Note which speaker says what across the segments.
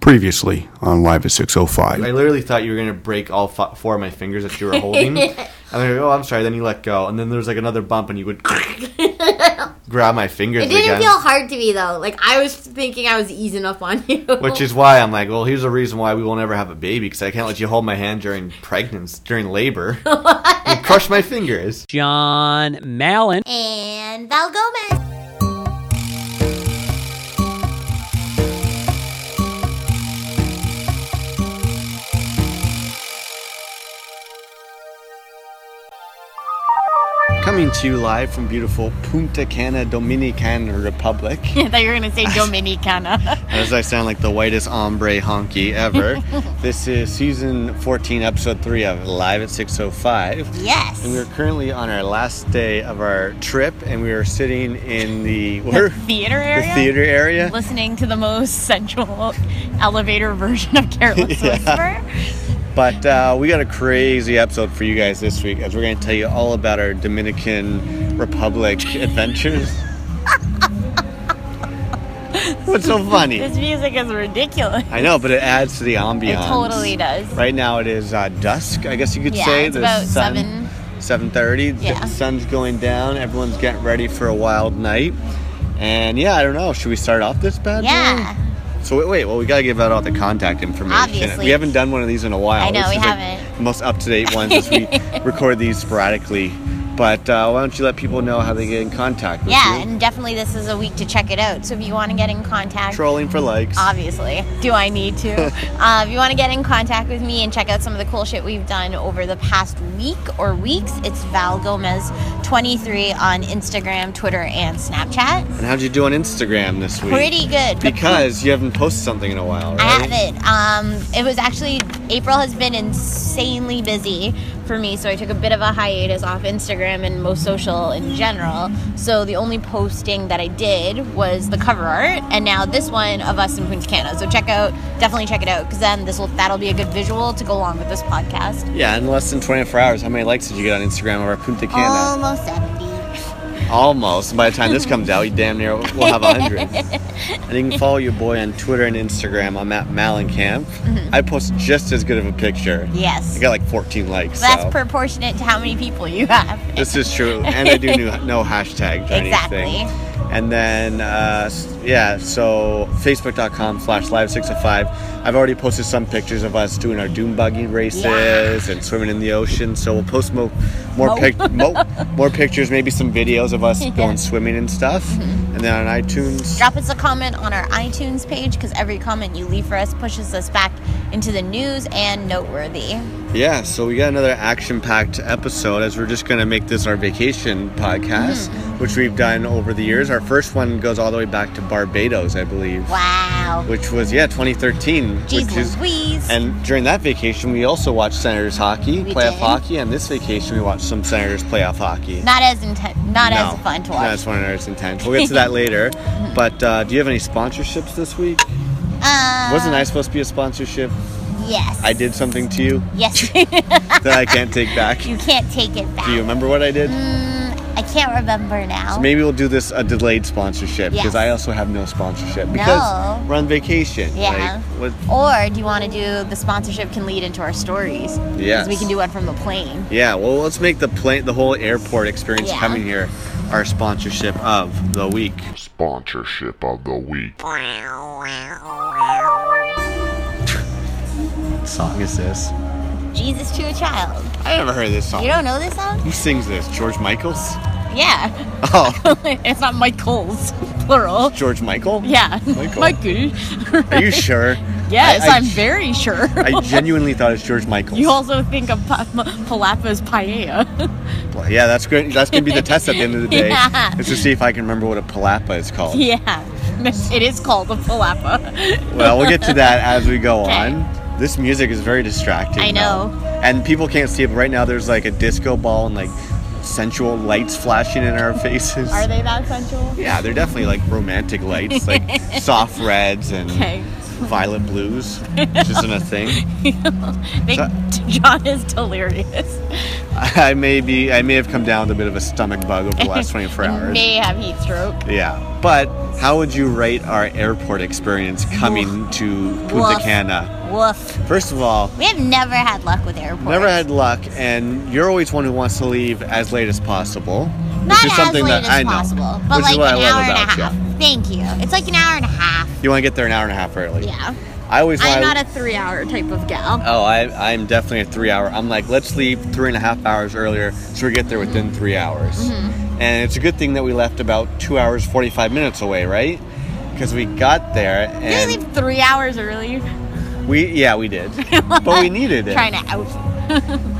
Speaker 1: previously on Live at 605.
Speaker 2: I literally thought you were gonna break all fi- four of my fingers that you were holding. and then oh, I'm sorry. Then you let go, and then there was like another bump, and you would grab my fingers
Speaker 3: It didn't
Speaker 2: again.
Speaker 3: feel hard to me though. Like I was thinking I was easing up on you.
Speaker 2: which is why I'm like, well, here's the reason why we will never have a baby because I can't let you hold my hand during pregnancy, during labor. you crush my fingers.
Speaker 4: John Mallon.
Speaker 3: and Val Gomez.
Speaker 5: Coming to you live from beautiful Punta Cana, Dominican Republic.
Speaker 6: I thought you were gonna say Dominicana.
Speaker 5: As I sound like the whitest hombre honky ever. this is season 14, episode 3 of Live at 605.
Speaker 6: yes.
Speaker 5: And we're currently on our last day of our trip, and we are sitting in the,
Speaker 6: the
Speaker 5: where-
Speaker 6: theater
Speaker 5: the
Speaker 6: area.
Speaker 5: theater area.
Speaker 6: Listening to the most sensual elevator version of Careless
Speaker 5: Yeah.
Speaker 6: Whisper.
Speaker 5: But uh, we got a crazy episode for you guys this week as we're going to tell you all about our Dominican Republic adventures. What's so funny?
Speaker 6: This music is ridiculous.
Speaker 5: I know, but it adds to the ambiance.
Speaker 6: It totally does.
Speaker 5: Right now it is uh, dusk, I guess you could
Speaker 6: Yeah,
Speaker 5: say.
Speaker 6: it's about seven.
Speaker 5: Seven thirty.
Speaker 6: Yeah.
Speaker 5: The sun's going down. Everyone's getting ready for a wild night. And yeah, I don't know. Should we start off this bad boy?
Speaker 6: Yeah.
Speaker 5: So wait, wait. Well, we gotta give out all the contact information.
Speaker 6: Obviously.
Speaker 5: We haven't done one of these in a while.
Speaker 6: I know,
Speaker 5: This
Speaker 6: we
Speaker 5: is, like,
Speaker 6: haven't.
Speaker 5: the most up to date ones as we record these sporadically. But uh, why don't you let people know how they get in contact with
Speaker 6: Yeah,
Speaker 5: you?
Speaker 6: and definitely this is a week to check it out. So if you want to get in contact,
Speaker 5: Trolling for likes.
Speaker 6: obviously, do I need to? uh, if you want to get in contact with me and check out some of the cool shit we've done over the past week or weeks, it's Val Gomez 23 on Instagram, Twitter, and Snapchat.
Speaker 5: and how'd you do on Instagram this week?
Speaker 6: Pretty good. but
Speaker 5: Because you haven't posted something in a while, right?
Speaker 6: I haven't. Um, it was actually April has been insanely busy for me, so I took a bit of a hiatus off Instagram and most social in general. So the only posting that I did was the cover art, and now this one of us in Punta Cana. So check out, definitely check it out, because then this will that'll be a good visual to go along with this podcast.
Speaker 5: Yeah, in less than 24 hours. How many likes did you get on Instagram over Punta Cana?
Speaker 6: Almost seventy.
Speaker 5: Almost. By the time this comes out, you damn near will have 100. and you can follow your boy on Twitter and Instagram. I'm at Malencamp. I post just as good of a picture.
Speaker 6: Mm-hmm. Yes,
Speaker 5: I got like 14 likes.
Speaker 6: that's
Speaker 5: so.
Speaker 6: proportionate to how many people you have.
Speaker 5: This is true. And I do new, no hashtags or
Speaker 6: Exactly.
Speaker 5: anything. And then, uh, s- yeah, so facebook.com slash live605. I've already posted some pictures of us doing our dune buggy races and swimming in the ocean. So we'll post mo- more,
Speaker 6: Mo.
Speaker 5: pic- mo- more pictures, maybe some videos of us going swimming and stuff.
Speaker 6: Mm-hmm.
Speaker 5: And then on iTunes,
Speaker 6: Drop us a comment on our iTunes page because every comment you leave for us pushes us back into the news and noteworthy.
Speaker 5: yeah, so we got another action packed episode as we're just going to make this our vacation podcast,
Speaker 6: Mm-hmm.
Speaker 5: which we've done over the years. Our first one goes all the way back to Barbados, I believe.
Speaker 6: Wow.
Speaker 5: which was yeah 2013
Speaker 6: Jeez
Speaker 5: which is
Speaker 6: Louise.
Speaker 5: and during that vacation we also watched senators hockey
Speaker 6: We
Speaker 5: playoff
Speaker 6: did.
Speaker 5: hockey and this vacation we watched some senators playoff hockey
Speaker 6: not as inten- not
Speaker 5: No,
Speaker 6: as fun to
Speaker 5: not as
Speaker 6: watch.
Speaker 5: fun as intense we'll get to that later but uh, do you have any sponsorships this week
Speaker 6: Uh,
Speaker 5: wasn't i supposed to be a sponsorship
Speaker 6: Yes.
Speaker 5: i did something to you
Speaker 6: Yes.
Speaker 5: that i can't take back
Speaker 6: you can't take it back.
Speaker 5: do you remember what i did
Speaker 6: Mm, I can't remember now.
Speaker 5: So maybe we'll do this a delayed sponsorship
Speaker 6: Yes.
Speaker 5: because I also have no sponsorship because
Speaker 6: No.
Speaker 5: we're on vacation.
Speaker 6: Yeah.
Speaker 5: like, what-
Speaker 6: or do you want to do the sponsorship can lead into our stories? 'Cause
Speaker 5: Yes.
Speaker 6: We can do one from the plane.
Speaker 5: Yeah, well, let's make the plane, the whole airport experience
Speaker 6: Yeah.
Speaker 5: coming here our sponsorship of the week.
Speaker 7: Sponsorship of the week.
Speaker 5: What song is this?
Speaker 6: Jesus to a child.
Speaker 5: I never heard this song.
Speaker 6: You don't know this song?
Speaker 5: Who sings this? George Michaels?
Speaker 6: Yeah.
Speaker 5: Oh,
Speaker 6: it's not Michael's plural.
Speaker 5: George Michael?
Speaker 6: Yeah.
Speaker 5: Michael.
Speaker 6: Michael.
Speaker 5: Are you sure?
Speaker 6: Yes,
Speaker 5: I- I-
Speaker 6: I, am very sure.
Speaker 5: I genuinely thought it's George Michaels.
Speaker 6: you also think of pa- Palapa's paella.
Speaker 5: Well, yeah, that's great. That's gonna be the test at the end of the day.
Speaker 6: Yeah.
Speaker 5: Is to see if I can remember what a palapa is called.
Speaker 6: yeah, it is called a palapa.
Speaker 5: Well, we'll get to that as we go
Speaker 6: Okay.
Speaker 5: on. This music is very distracting.
Speaker 6: I know.
Speaker 5: though. And people can't see it, but right now there's like a disco ball and like sensual lights flashing in our faces.
Speaker 6: Are they that sensual?
Speaker 5: Yeah, they're definitely like romantic lights, like soft reds and
Speaker 6: Okay.
Speaker 5: Violet Blues, which isn't a thing.
Speaker 6: I think John is delirious.
Speaker 5: I may be, I may have come down with a bit of a stomach bug over the last 24 hours.
Speaker 6: May have heat stroke.
Speaker 5: Yeah, but how would you rate our airport experience coming to Punta
Speaker 6: Woof.
Speaker 5: Cana?
Speaker 6: Woof.
Speaker 5: First of all,
Speaker 6: We have never had luck with airports.
Speaker 5: never had luck, and you're always one who wants to leave as late as possible.
Speaker 6: Not
Speaker 5: which is
Speaker 6: as
Speaker 5: something
Speaker 6: late
Speaker 5: that
Speaker 6: as
Speaker 5: I know,
Speaker 6: possible, but
Speaker 5: which
Speaker 6: like
Speaker 5: is
Speaker 6: an
Speaker 5: what I love
Speaker 6: hour and a
Speaker 5: about
Speaker 6: half.
Speaker 5: you.
Speaker 6: Thank you. It's like an hour and a half.
Speaker 5: You want to get there an hour and a half early.
Speaker 6: Yeah.
Speaker 5: I always want.
Speaker 6: I'm not a three-hour type of gal.
Speaker 5: Oh, I, I'm definitely a three hour. I'm like, let's leave three and a half hours earlier so we get there
Speaker 6: Mm-hmm.
Speaker 5: within three hours. And it's a good thing that we left about two hours, 45 minutes away, right? Because we got there
Speaker 6: Did I
Speaker 5: and
Speaker 6: leave three hours early?
Speaker 5: we, yeah, we did. but we needed it.
Speaker 6: Trying to out.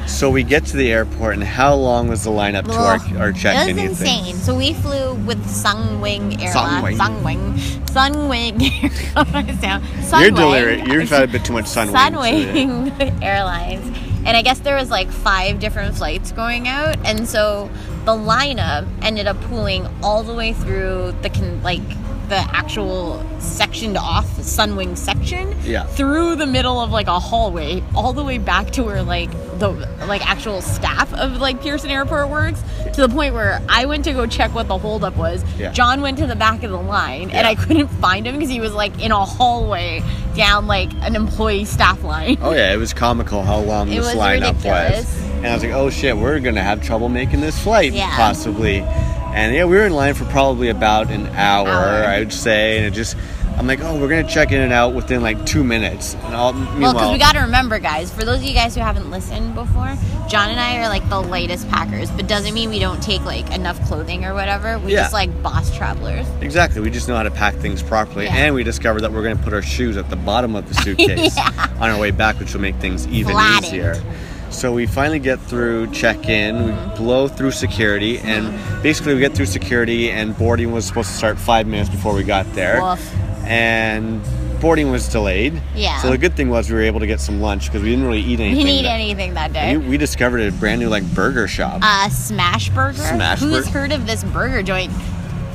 Speaker 5: So we get to the airport, and how long was the lineup to
Speaker 6: Ugh.
Speaker 5: our, our check
Speaker 6: It
Speaker 5: in?
Speaker 6: was
Speaker 5: you think?
Speaker 6: insane. So we flew with Sunwing
Speaker 5: Sunwing.
Speaker 6: Airlines. Sunwing. Sunwing. Sunwing.
Speaker 5: You're delirious. You've had a bit too much sun. wings.
Speaker 6: Sunwing Airlines. And I guess there was like five different flights going out, and so the lineup ended up pooling all the way through the con- like the actual sectioned off Sunwing section
Speaker 5: Yeah.
Speaker 6: through the middle of like a hallway all the way back to where like the like actual staff of like Pearson Airport works to the point where I went to go check what the holdup was.
Speaker 5: Yeah.
Speaker 6: John went to the back of the line and I couldn't find him because he was like in a hallway down like an employee staff line.
Speaker 5: Oh yeah, it was comical how long
Speaker 6: It
Speaker 5: this
Speaker 6: was
Speaker 5: lineup
Speaker 6: ridiculous.
Speaker 5: was. And I was like, oh shit, we're gonna have trouble making this flight
Speaker 6: Yeah.
Speaker 5: possibly. And yeah, we were in line for probably about an hour,
Speaker 6: Hour.
Speaker 5: I would say, and it just I'm like, oh, we're gonna check in and out within like two minutes. And all
Speaker 6: Well,
Speaker 5: meanwhile,
Speaker 6: because we got to remember, guys, for those of you guys who haven't listened before, John and I are like the lightest packers, but doesn't mean we don't take like enough clothing or whatever. We
Speaker 5: Yeah.
Speaker 6: just like boss travelers.
Speaker 5: exactly, we just know how to pack things properly,
Speaker 6: Yeah.
Speaker 5: and we discovered that we're gonna put our shoes at the bottom of the suitcase on our way back, which will make things even
Speaker 6: Flattened.
Speaker 5: easier. So we finally get through check-in, we
Speaker 6: Mm-hmm.
Speaker 5: blow through security, and basically we get through security, and boarding was supposed to start five minutes before we got there,
Speaker 6: Woof.
Speaker 5: and boarding was delayed.
Speaker 6: Yeah.
Speaker 5: So the good thing was we were able to get some lunch because we didn't really eat
Speaker 6: We
Speaker 5: anything.
Speaker 6: didn't eat
Speaker 5: that-
Speaker 6: anything that day.
Speaker 5: and you- We discovered a brand new like burger shop.
Speaker 6: uh, Smash Burger.
Speaker 5: Smash
Speaker 6: Who's
Speaker 5: Burger.
Speaker 6: heard of this burger joint?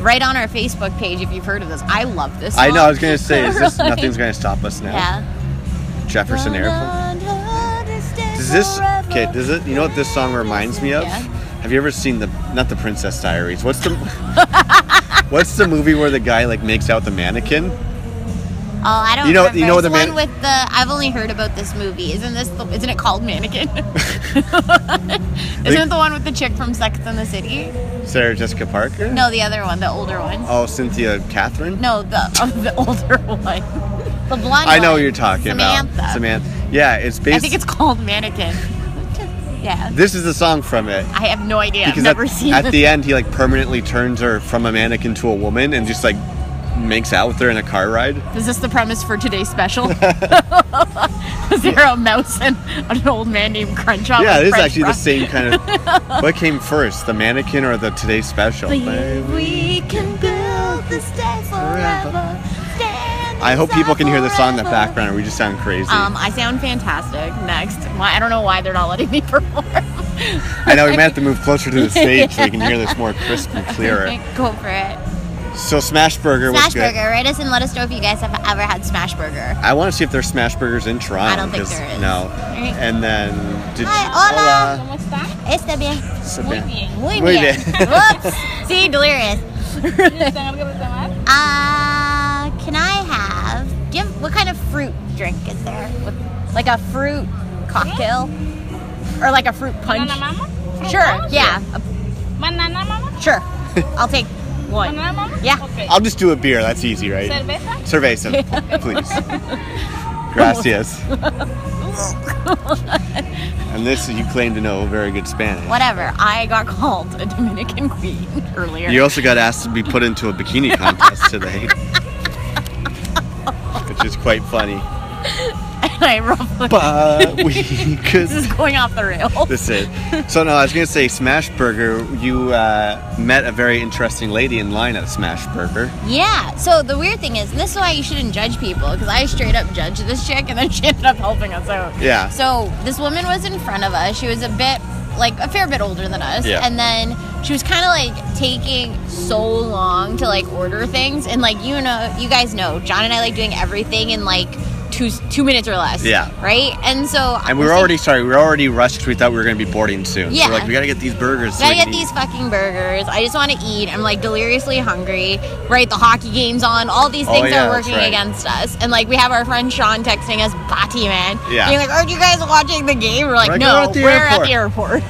Speaker 6: Right on our Facebook page if you've heard of this. I love this.
Speaker 5: I know. I
Speaker 6: song.
Speaker 5: was gonna say, is this nothing's gonna stop us now?
Speaker 6: Yeah.
Speaker 5: Jefferson Airport. Does this okay? Does it? You know what this song reminds me of?
Speaker 6: Yeah.
Speaker 5: Have you ever seen the not the Princess Diaries? What's the What's the movie where the guy like makes out with the mannequin?
Speaker 6: Oh, I don't
Speaker 5: You know-
Speaker 6: remember.
Speaker 5: you know
Speaker 6: It's
Speaker 5: the man-
Speaker 6: one with the. I've only heard about this movie. Isn't this? The, isn't it called Mannequin? isn't it the one with the chick from Sex and the City?
Speaker 5: Sarah Jessica Parker?
Speaker 6: No, the other one, the older one.
Speaker 5: Oh, Cynthia Catherine.
Speaker 6: No, the uh, the older one, the blonde.
Speaker 5: I know
Speaker 6: one.
Speaker 5: what you're talking
Speaker 6: Samantha.
Speaker 5: about. Samantha. Yeah, it's based.
Speaker 6: I think it's called Mannequin. yeah.
Speaker 5: This is the song from it.
Speaker 6: I have no idea. I've
Speaker 5: Because
Speaker 6: never
Speaker 5: at,
Speaker 6: seen
Speaker 5: at
Speaker 6: this.
Speaker 5: the end, he like permanently turns her from a mannequin to a woman and just like makes out with her in a car ride.
Speaker 6: Is this the premise for today's special? Was there a mouse and an old man named Crunchop?
Speaker 5: yeah,
Speaker 6: with
Speaker 5: it is
Speaker 6: French
Speaker 5: actually the
Speaker 6: fries?
Speaker 5: same kind of. what came first, the mannequin or the Today Special?
Speaker 6: We can build this day
Speaker 5: forever.
Speaker 6: forever. Stand
Speaker 5: I hope people can hear the song in the background, or we just sound crazy.
Speaker 6: Um, I sound fantastic. Next, why I don't know why they're not letting me perform.
Speaker 5: I know we might have to move closer to the stage so we can hear this more crisp and clearer.
Speaker 6: Go for it.
Speaker 5: So Smashburger was
Speaker 6: Smash
Speaker 5: good.
Speaker 6: Burger. Write us and let us know if you guys have ever had Smash Burger.
Speaker 5: I want to see if there's Smashburgers in Toronto.
Speaker 6: I don't think
Speaker 5: 'cause-
Speaker 6: there is.
Speaker 5: No.
Speaker 6: Alright.
Speaker 5: And then did
Speaker 6: Hi, hola. Está bien. Muy
Speaker 5: Muy
Speaker 6: bien.
Speaker 5: bien.
Speaker 6: Whoops. See, delirious. Uh, can I have? Give what kind of fruit drink is there? With, like a fruit cocktail, or like a fruit punch?
Speaker 8: Banana mama?
Speaker 6: Sure. Yeah. um,
Speaker 8: Banana mama?
Speaker 6: Sure. I'll take one.
Speaker 8: Banana mama?
Speaker 6: Yeah.
Speaker 8: Okay.
Speaker 5: I'll just do a beer. That's easy, right?
Speaker 8: Cerveza?
Speaker 5: Cerveza, please. Gracias. and this you claim to know very good Spanish.
Speaker 6: Whatever. I got called a Dominican queen earlier.
Speaker 5: You also got asked to be put into a bikini contest today, which is quite funny.
Speaker 6: And I ruffled.
Speaker 5: But we could.
Speaker 6: This is going off the rail.
Speaker 5: This is so. No, I was gonna say Smashburger. You uh, met a very interesting lady in line at Smashburger.
Speaker 6: Yeah. So the weird thing is, and this is why you shouldn't judge people, because I straight up judged this chick, and then she ended up helping us out.
Speaker 5: Yeah.
Speaker 6: So this woman was in front of us. She was a bit like a fair bit older than us.
Speaker 5: Yeah.
Speaker 6: And then she was kind of like taking so long to like order things, and like you know, you guys know, John and I like doing everything in like two two minutes or less.
Speaker 5: Yeah.
Speaker 6: Right. And so
Speaker 5: And we were
Speaker 6: I'm
Speaker 5: already sorry. We were already rushed. 'cause We thought we were going to be boarding soon. So
Speaker 6: Yeah.
Speaker 5: we're like we gotta get these burgers. so
Speaker 6: Gotta
Speaker 5: we can
Speaker 6: get
Speaker 5: eat.
Speaker 6: these fucking burgers. I just want to eat. I'm like deliriously hungry. Right, the hockey game's on. All these
Speaker 5: Oh,
Speaker 6: things
Speaker 5: yeah,
Speaker 6: are
Speaker 5: that's
Speaker 6: working
Speaker 5: right.
Speaker 6: against us. And like we have our friend Sean texting us, Bati man.
Speaker 5: Yeah.
Speaker 6: Being like, aren't you guys watching the game? We're like,
Speaker 5: We're like,
Speaker 6: no,
Speaker 5: we're at the
Speaker 6: we're at the airport.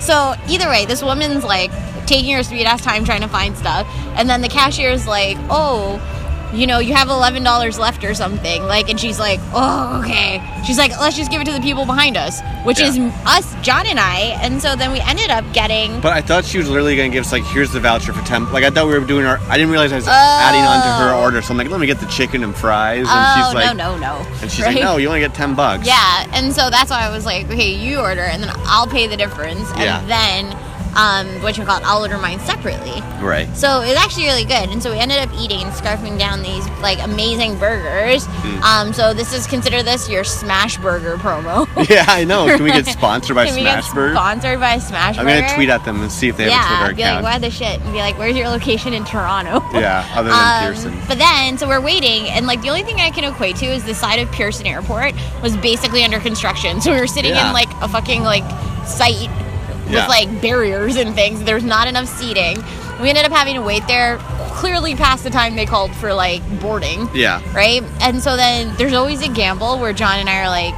Speaker 6: So either way, this woman's like taking her sweet ass time trying to find stuff. And then the cashier's like, oh, you know, you have eleven dollars left or something. Like, and she's like, oh, okay. She's like, let's just give it to the people behind us, which
Speaker 5: Yeah.
Speaker 6: is us, John and I. And so then we ended up getting.
Speaker 5: But I thought she was literally gonna give us like, here's the voucher for ten. Like I thought we were doing our. I didn't realize I was adding on to her
Speaker 6: Oh.
Speaker 5: order. So I'm like, let me get the chicken and fries. And
Speaker 6: oh
Speaker 5: she's like,
Speaker 6: no, no, no.
Speaker 5: And she's
Speaker 6: Right?
Speaker 5: like, no, you only get ten bucks.
Speaker 6: Yeah, and so that's why I was like, okay, you order, and then I'll pay the difference, and
Speaker 5: Yeah.
Speaker 6: then, um, what you call it, I'll order mine separately.
Speaker 5: Right.
Speaker 6: So it was actually really good, and so we ended up eating, scarfing down these like amazing burgers.
Speaker 5: Mm.
Speaker 6: Um, so this is consider this your smash burger promo.
Speaker 5: Yeah, I know. Can we get sponsored by
Speaker 6: Can we get
Speaker 5: Smashburger?
Speaker 6: Sponsored by Smashburger.
Speaker 5: I'm gonna tweet at them and see if they
Speaker 6: yeah,
Speaker 5: have a
Speaker 6: I'd be
Speaker 5: Twitter account.
Speaker 6: like, why the shit? And be like, where's your location in Toronto?
Speaker 5: yeah, other than
Speaker 6: Um,
Speaker 5: Pearson.
Speaker 6: But then, so we're waiting, and like the only thing I can equate to is the side of Pearson Airport was basically under construction. So we were sitting
Speaker 5: Yeah.
Speaker 6: in like a fucking like site
Speaker 5: Yeah.
Speaker 6: with like barriers and things. There's not enough seating. We ended up having to wait there clearly past the time they called for like boarding
Speaker 5: Yeah.
Speaker 6: right? And so then there's always a gamble where John and I are like,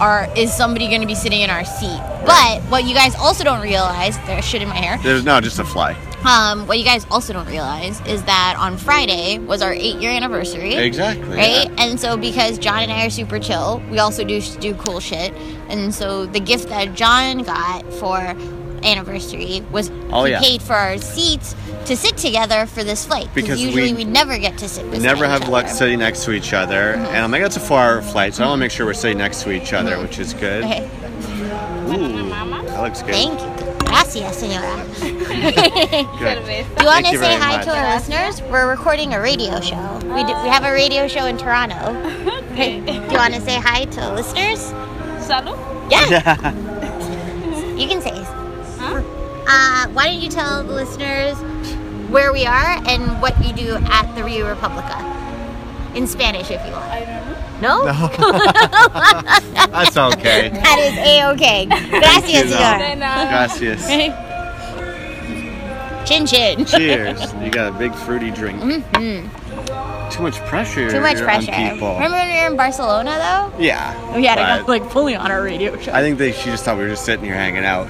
Speaker 6: are is somebody going to be sitting in our seat? But what you guys also don't realize, there's shit in my hair.
Speaker 5: There's no, just a fly.
Speaker 6: Um, what you guys also don't realize is that on Friday was our eight year anniversary.
Speaker 5: Exactly.
Speaker 6: Right,
Speaker 5: yeah.
Speaker 6: and so because John and I are super chill, we also do do cool shit. And so the gift that John got for anniversary was
Speaker 5: Oh,
Speaker 6: he
Speaker 5: yeah.
Speaker 6: paid for our seats to sit together for this flight
Speaker 5: Because
Speaker 6: usually
Speaker 5: we
Speaker 6: we never get to sit.
Speaker 5: We
Speaker 6: beside
Speaker 5: never
Speaker 6: each
Speaker 5: have luck
Speaker 6: other.
Speaker 5: sitting next to each other,
Speaker 6: Mm-hmm.
Speaker 5: and I'm like, that's a four-hour flight, so I want to make sure we're sitting next to each other, which is good.
Speaker 6: Okay.
Speaker 5: Ooh, that looks good.
Speaker 6: Thank you. Gracias, senora.
Speaker 5: Good.
Speaker 6: Do you want
Speaker 5: Thank
Speaker 6: to
Speaker 5: you
Speaker 6: say
Speaker 5: very
Speaker 6: hi
Speaker 5: much.
Speaker 6: to our listeners? We're recording a radio show. We, do, we have a radio show in Toronto. Do you want to say hi to listeners?
Speaker 8: Salut.
Speaker 6: Yeah, you can say. Uh, why don't you tell the listeners where we are and what you do at the Rio Republica? In Spanish, if you want. I don't know. No?
Speaker 5: that's okay.
Speaker 6: That is A-OK. Gracias,
Speaker 5: though.
Speaker 6: senora.
Speaker 8: Then, uh,
Speaker 5: Gracias.
Speaker 6: Chin chin.
Speaker 5: Cheers. You got a big fruity drink. Too much pressure.
Speaker 6: Mm-hmm. Too much pressure.
Speaker 5: On people.
Speaker 6: Remember when we were in Barcelona,
Speaker 5: Yeah.
Speaker 6: though? We had to
Speaker 5: but
Speaker 6: go, like, fully on our radio show.
Speaker 5: I think they, she just thought we were just sitting here hanging out.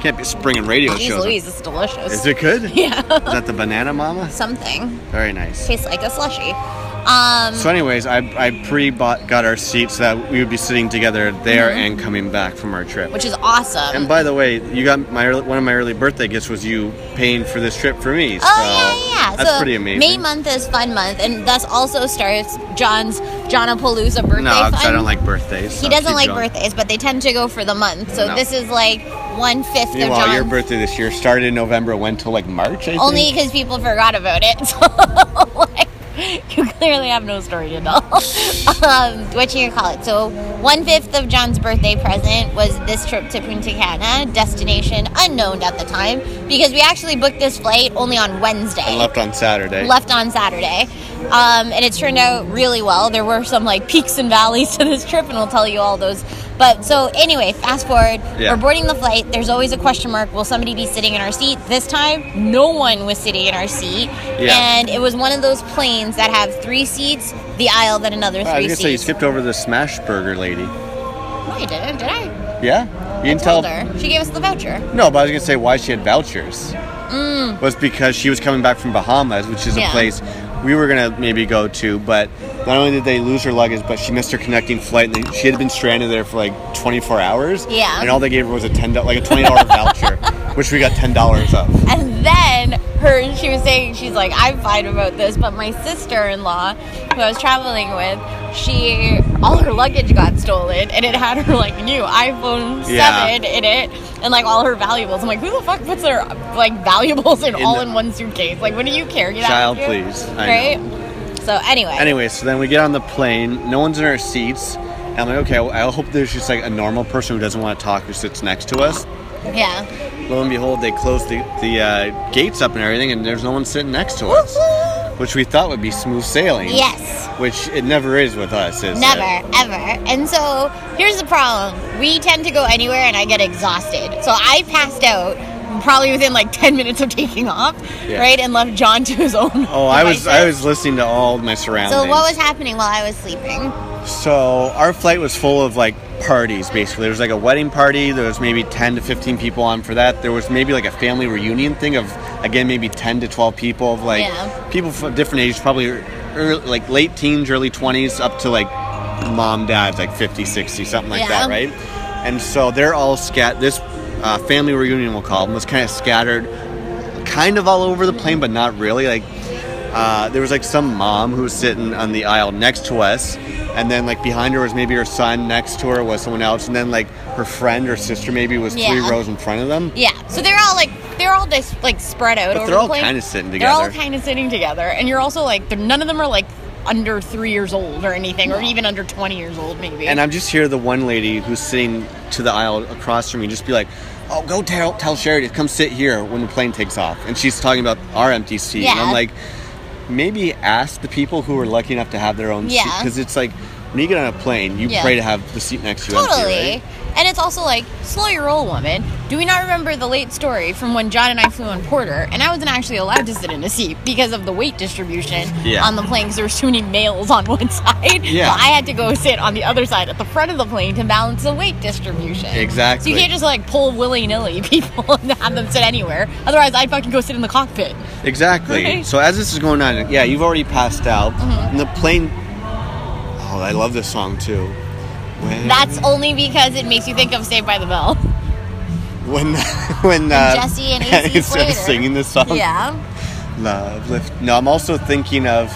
Speaker 5: Can't be springing radio
Speaker 6: Jeez
Speaker 5: shows.
Speaker 6: Louise, it's delicious.
Speaker 5: Is it good?
Speaker 6: Yeah.
Speaker 5: Is that the banana mama?
Speaker 6: Something.
Speaker 5: Very nice.
Speaker 6: Tastes like a slushy. Um,
Speaker 5: So, anyways, I, I pre-bought got our seats so that we would be sitting together there and coming back from our trip.
Speaker 6: Mm-hmm. which is awesome.
Speaker 5: and by the way, you got my early, one of my early birthday gifts was you paying for this trip for me. So
Speaker 6: Oh yeah, yeah, yeah.
Speaker 5: That's
Speaker 6: so
Speaker 5: pretty amazing.
Speaker 6: May month is fun month, and that's also starts John's Johnapalooza birthday
Speaker 5: no,
Speaker 6: fund.
Speaker 5: because I don't like birthdays.
Speaker 6: he
Speaker 5: so
Speaker 6: doesn't
Speaker 5: keep
Speaker 6: like
Speaker 5: going.
Speaker 6: birthdays, but they tend to go for the month. So
Speaker 5: No.
Speaker 6: this is like one fifth of
Speaker 5: Meanwhile, your
Speaker 6: John's.
Speaker 5: birthday this year started in November, went till like March. I
Speaker 6: only
Speaker 5: think.
Speaker 6: because people forgot about it. So, like, you clearly have no story to tell. um, what you call it? So, one fifth of John's birthday present was this trip to Punta Cana, destination unknown at the time, because we actually booked this flight only on Wednesday
Speaker 5: and left on Saturday.
Speaker 6: left on Saturday. Um, and it turned out really well. There were some like peaks and valleys to this trip, and we'll tell you all those. But so, anyway, fast forward,
Speaker 5: Yeah.
Speaker 6: we're boarding the flight. There's always a question mark will somebody be sitting in our seat? This time, no one was sitting in our seat.
Speaker 5: Yeah.
Speaker 6: And it was one of those planes that have three seats, the aisle, then another
Speaker 5: Oh, I
Speaker 6: three
Speaker 5: was gonna say you
Speaker 6: seats.
Speaker 5: skipped over the smash burger lady.
Speaker 6: no, I didn't, did I?
Speaker 5: Yeah, you can tell.
Speaker 6: Told her. She gave us the voucher.
Speaker 5: No, but I was gonna say why she had vouchers was because she was coming back from Bahamas, which is a
Speaker 6: Mm. Yeah.
Speaker 5: place we were gonna maybe go to. But not only did they lose her luggage, but she missed her connecting flight, and she had been stranded there for like 24 hours.
Speaker 6: Yeah.
Speaker 5: and all they gave her was a ten like a twenty dollar voucher, which we got ten dollars of.
Speaker 6: And then her, she was saying, she's like, I'm fine about this, but my sister-in-law, who I was traveling with, she all her luggage got stolen, and it had her like new iPhone
Speaker 5: Yeah.
Speaker 6: seven in it, and like all her valuables. I'm like, who the fuck puts their like valuables in,
Speaker 5: In
Speaker 6: all
Speaker 5: the-
Speaker 6: in one suitcase? Like, what do you carry that?
Speaker 5: Child,
Speaker 6: with you?
Speaker 5: please. I
Speaker 6: Right.
Speaker 5: know.
Speaker 6: So anyway.
Speaker 5: Anyway, so then we get on the plane. No one's in our seats. And I'm like, okay, I I hope there's just like a normal person who doesn't want to talk who sits next to us.
Speaker 6: Yeah.
Speaker 5: Lo and behold, they closed the, the uh, gates up and everything, and there's no one sitting next to us, which we thought would be smooth sailing.
Speaker 6: Yes.
Speaker 5: Which it never is with us, is
Speaker 6: Never,
Speaker 5: it?
Speaker 6: ever. And so here's the problem. We tend to go anywhere and I get exhausted. So I passed out probably within like 10 minutes of taking off,
Speaker 5: Yeah.
Speaker 6: right? And left John to his own.
Speaker 5: Oh, I was I
Speaker 6: devices.
Speaker 5: was listening to all my surroundings.
Speaker 6: So what was happening while I was sleeping?
Speaker 5: So our flight was full of like parties basically. There was like a wedding party, there was maybe 10 to 15 people on for that. There was maybe like a family reunion thing of again maybe 10 to 12 people of like
Speaker 6: Yeah.
Speaker 5: people from different ages, probably early, like late teens, early 20s up to like mom dads like 50, 60, something like that,
Speaker 6: Yeah.
Speaker 5: right? And so they're all scat this uh, family reunion we'll call them was kind of scattered kind of all over the plane, but not really. Like uh, there was like some mom who was sitting on the aisle next to us, and then like behind her was maybe her son. Next to her was someone else, and then like her friend or sister maybe was three
Speaker 6: Yeah.
Speaker 5: rows in front of them.
Speaker 6: Yeah. So they're all like they're all just like spread out
Speaker 5: But
Speaker 6: over
Speaker 5: they're
Speaker 6: the
Speaker 5: all
Speaker 6: place.
Speaker 5: kinda sitting
Speaker 6: They're all
Speaker 5: together.
Speaker 6: kind of sitting together, and you're also like they're, none of them are like under three years old or anything, or even under twenty years old maybe.
Speaker 5: And I'm just here the one lady who's sitting to the aisle across from me, just be like, "Oh, go tell tell Sherry to come sit here when the plane takes off." And she's talking about our empty seat, and I'm
Speaker 6: Yeah.
Speaker 5: like, maybe ask the people who are lucky enough to have their own seat
Speaker 6: Yeah.
Speaker 5: because it's like when you get on a plane, you
Speaker 6: Yeah.
Speaker 5: pray to have the seat next to you. empty,
Speaker 6: totally.
Speaker 5: right?
Speaker 6: And it's also like slow your roll, woman. Do we not remember the late story from when John and I flew on Porter, and I wasn't actually allowed to sit in a seat because of the weight distribution
Speaker 5: Yeah.
Speaker 6: on the plane because there were too many males on one side.
Speaker 5: Yeah.
Speaker 6: So I had to go sit on the other side at the front of the plane to balance the weight distribution. So
Speaker 5: Exactly.
Speaker 6: you can't just like pull willy nilly people and have them sit anywhere. Otherwise, I'd fucking go sit in the cockpit.
Speaker 5: Exactly.
Speaker 6: Right. Mm-hmm.
Speaker 5: So as this is going on, yeah, you've already passed out, and the plane. Oh, I love this song too. When
Speaker 6: That's only because it makes you think of Saved by the Bell.
Speaker 5: when when uh,
Speaker 6: Jesse and AC
Speaker 5: he starts
Speaker 6: Slater.
Speaker 5: singing this song.
Speaker 6: Yeah.
Speaker 5: Love lift. No, I'm also thinking of.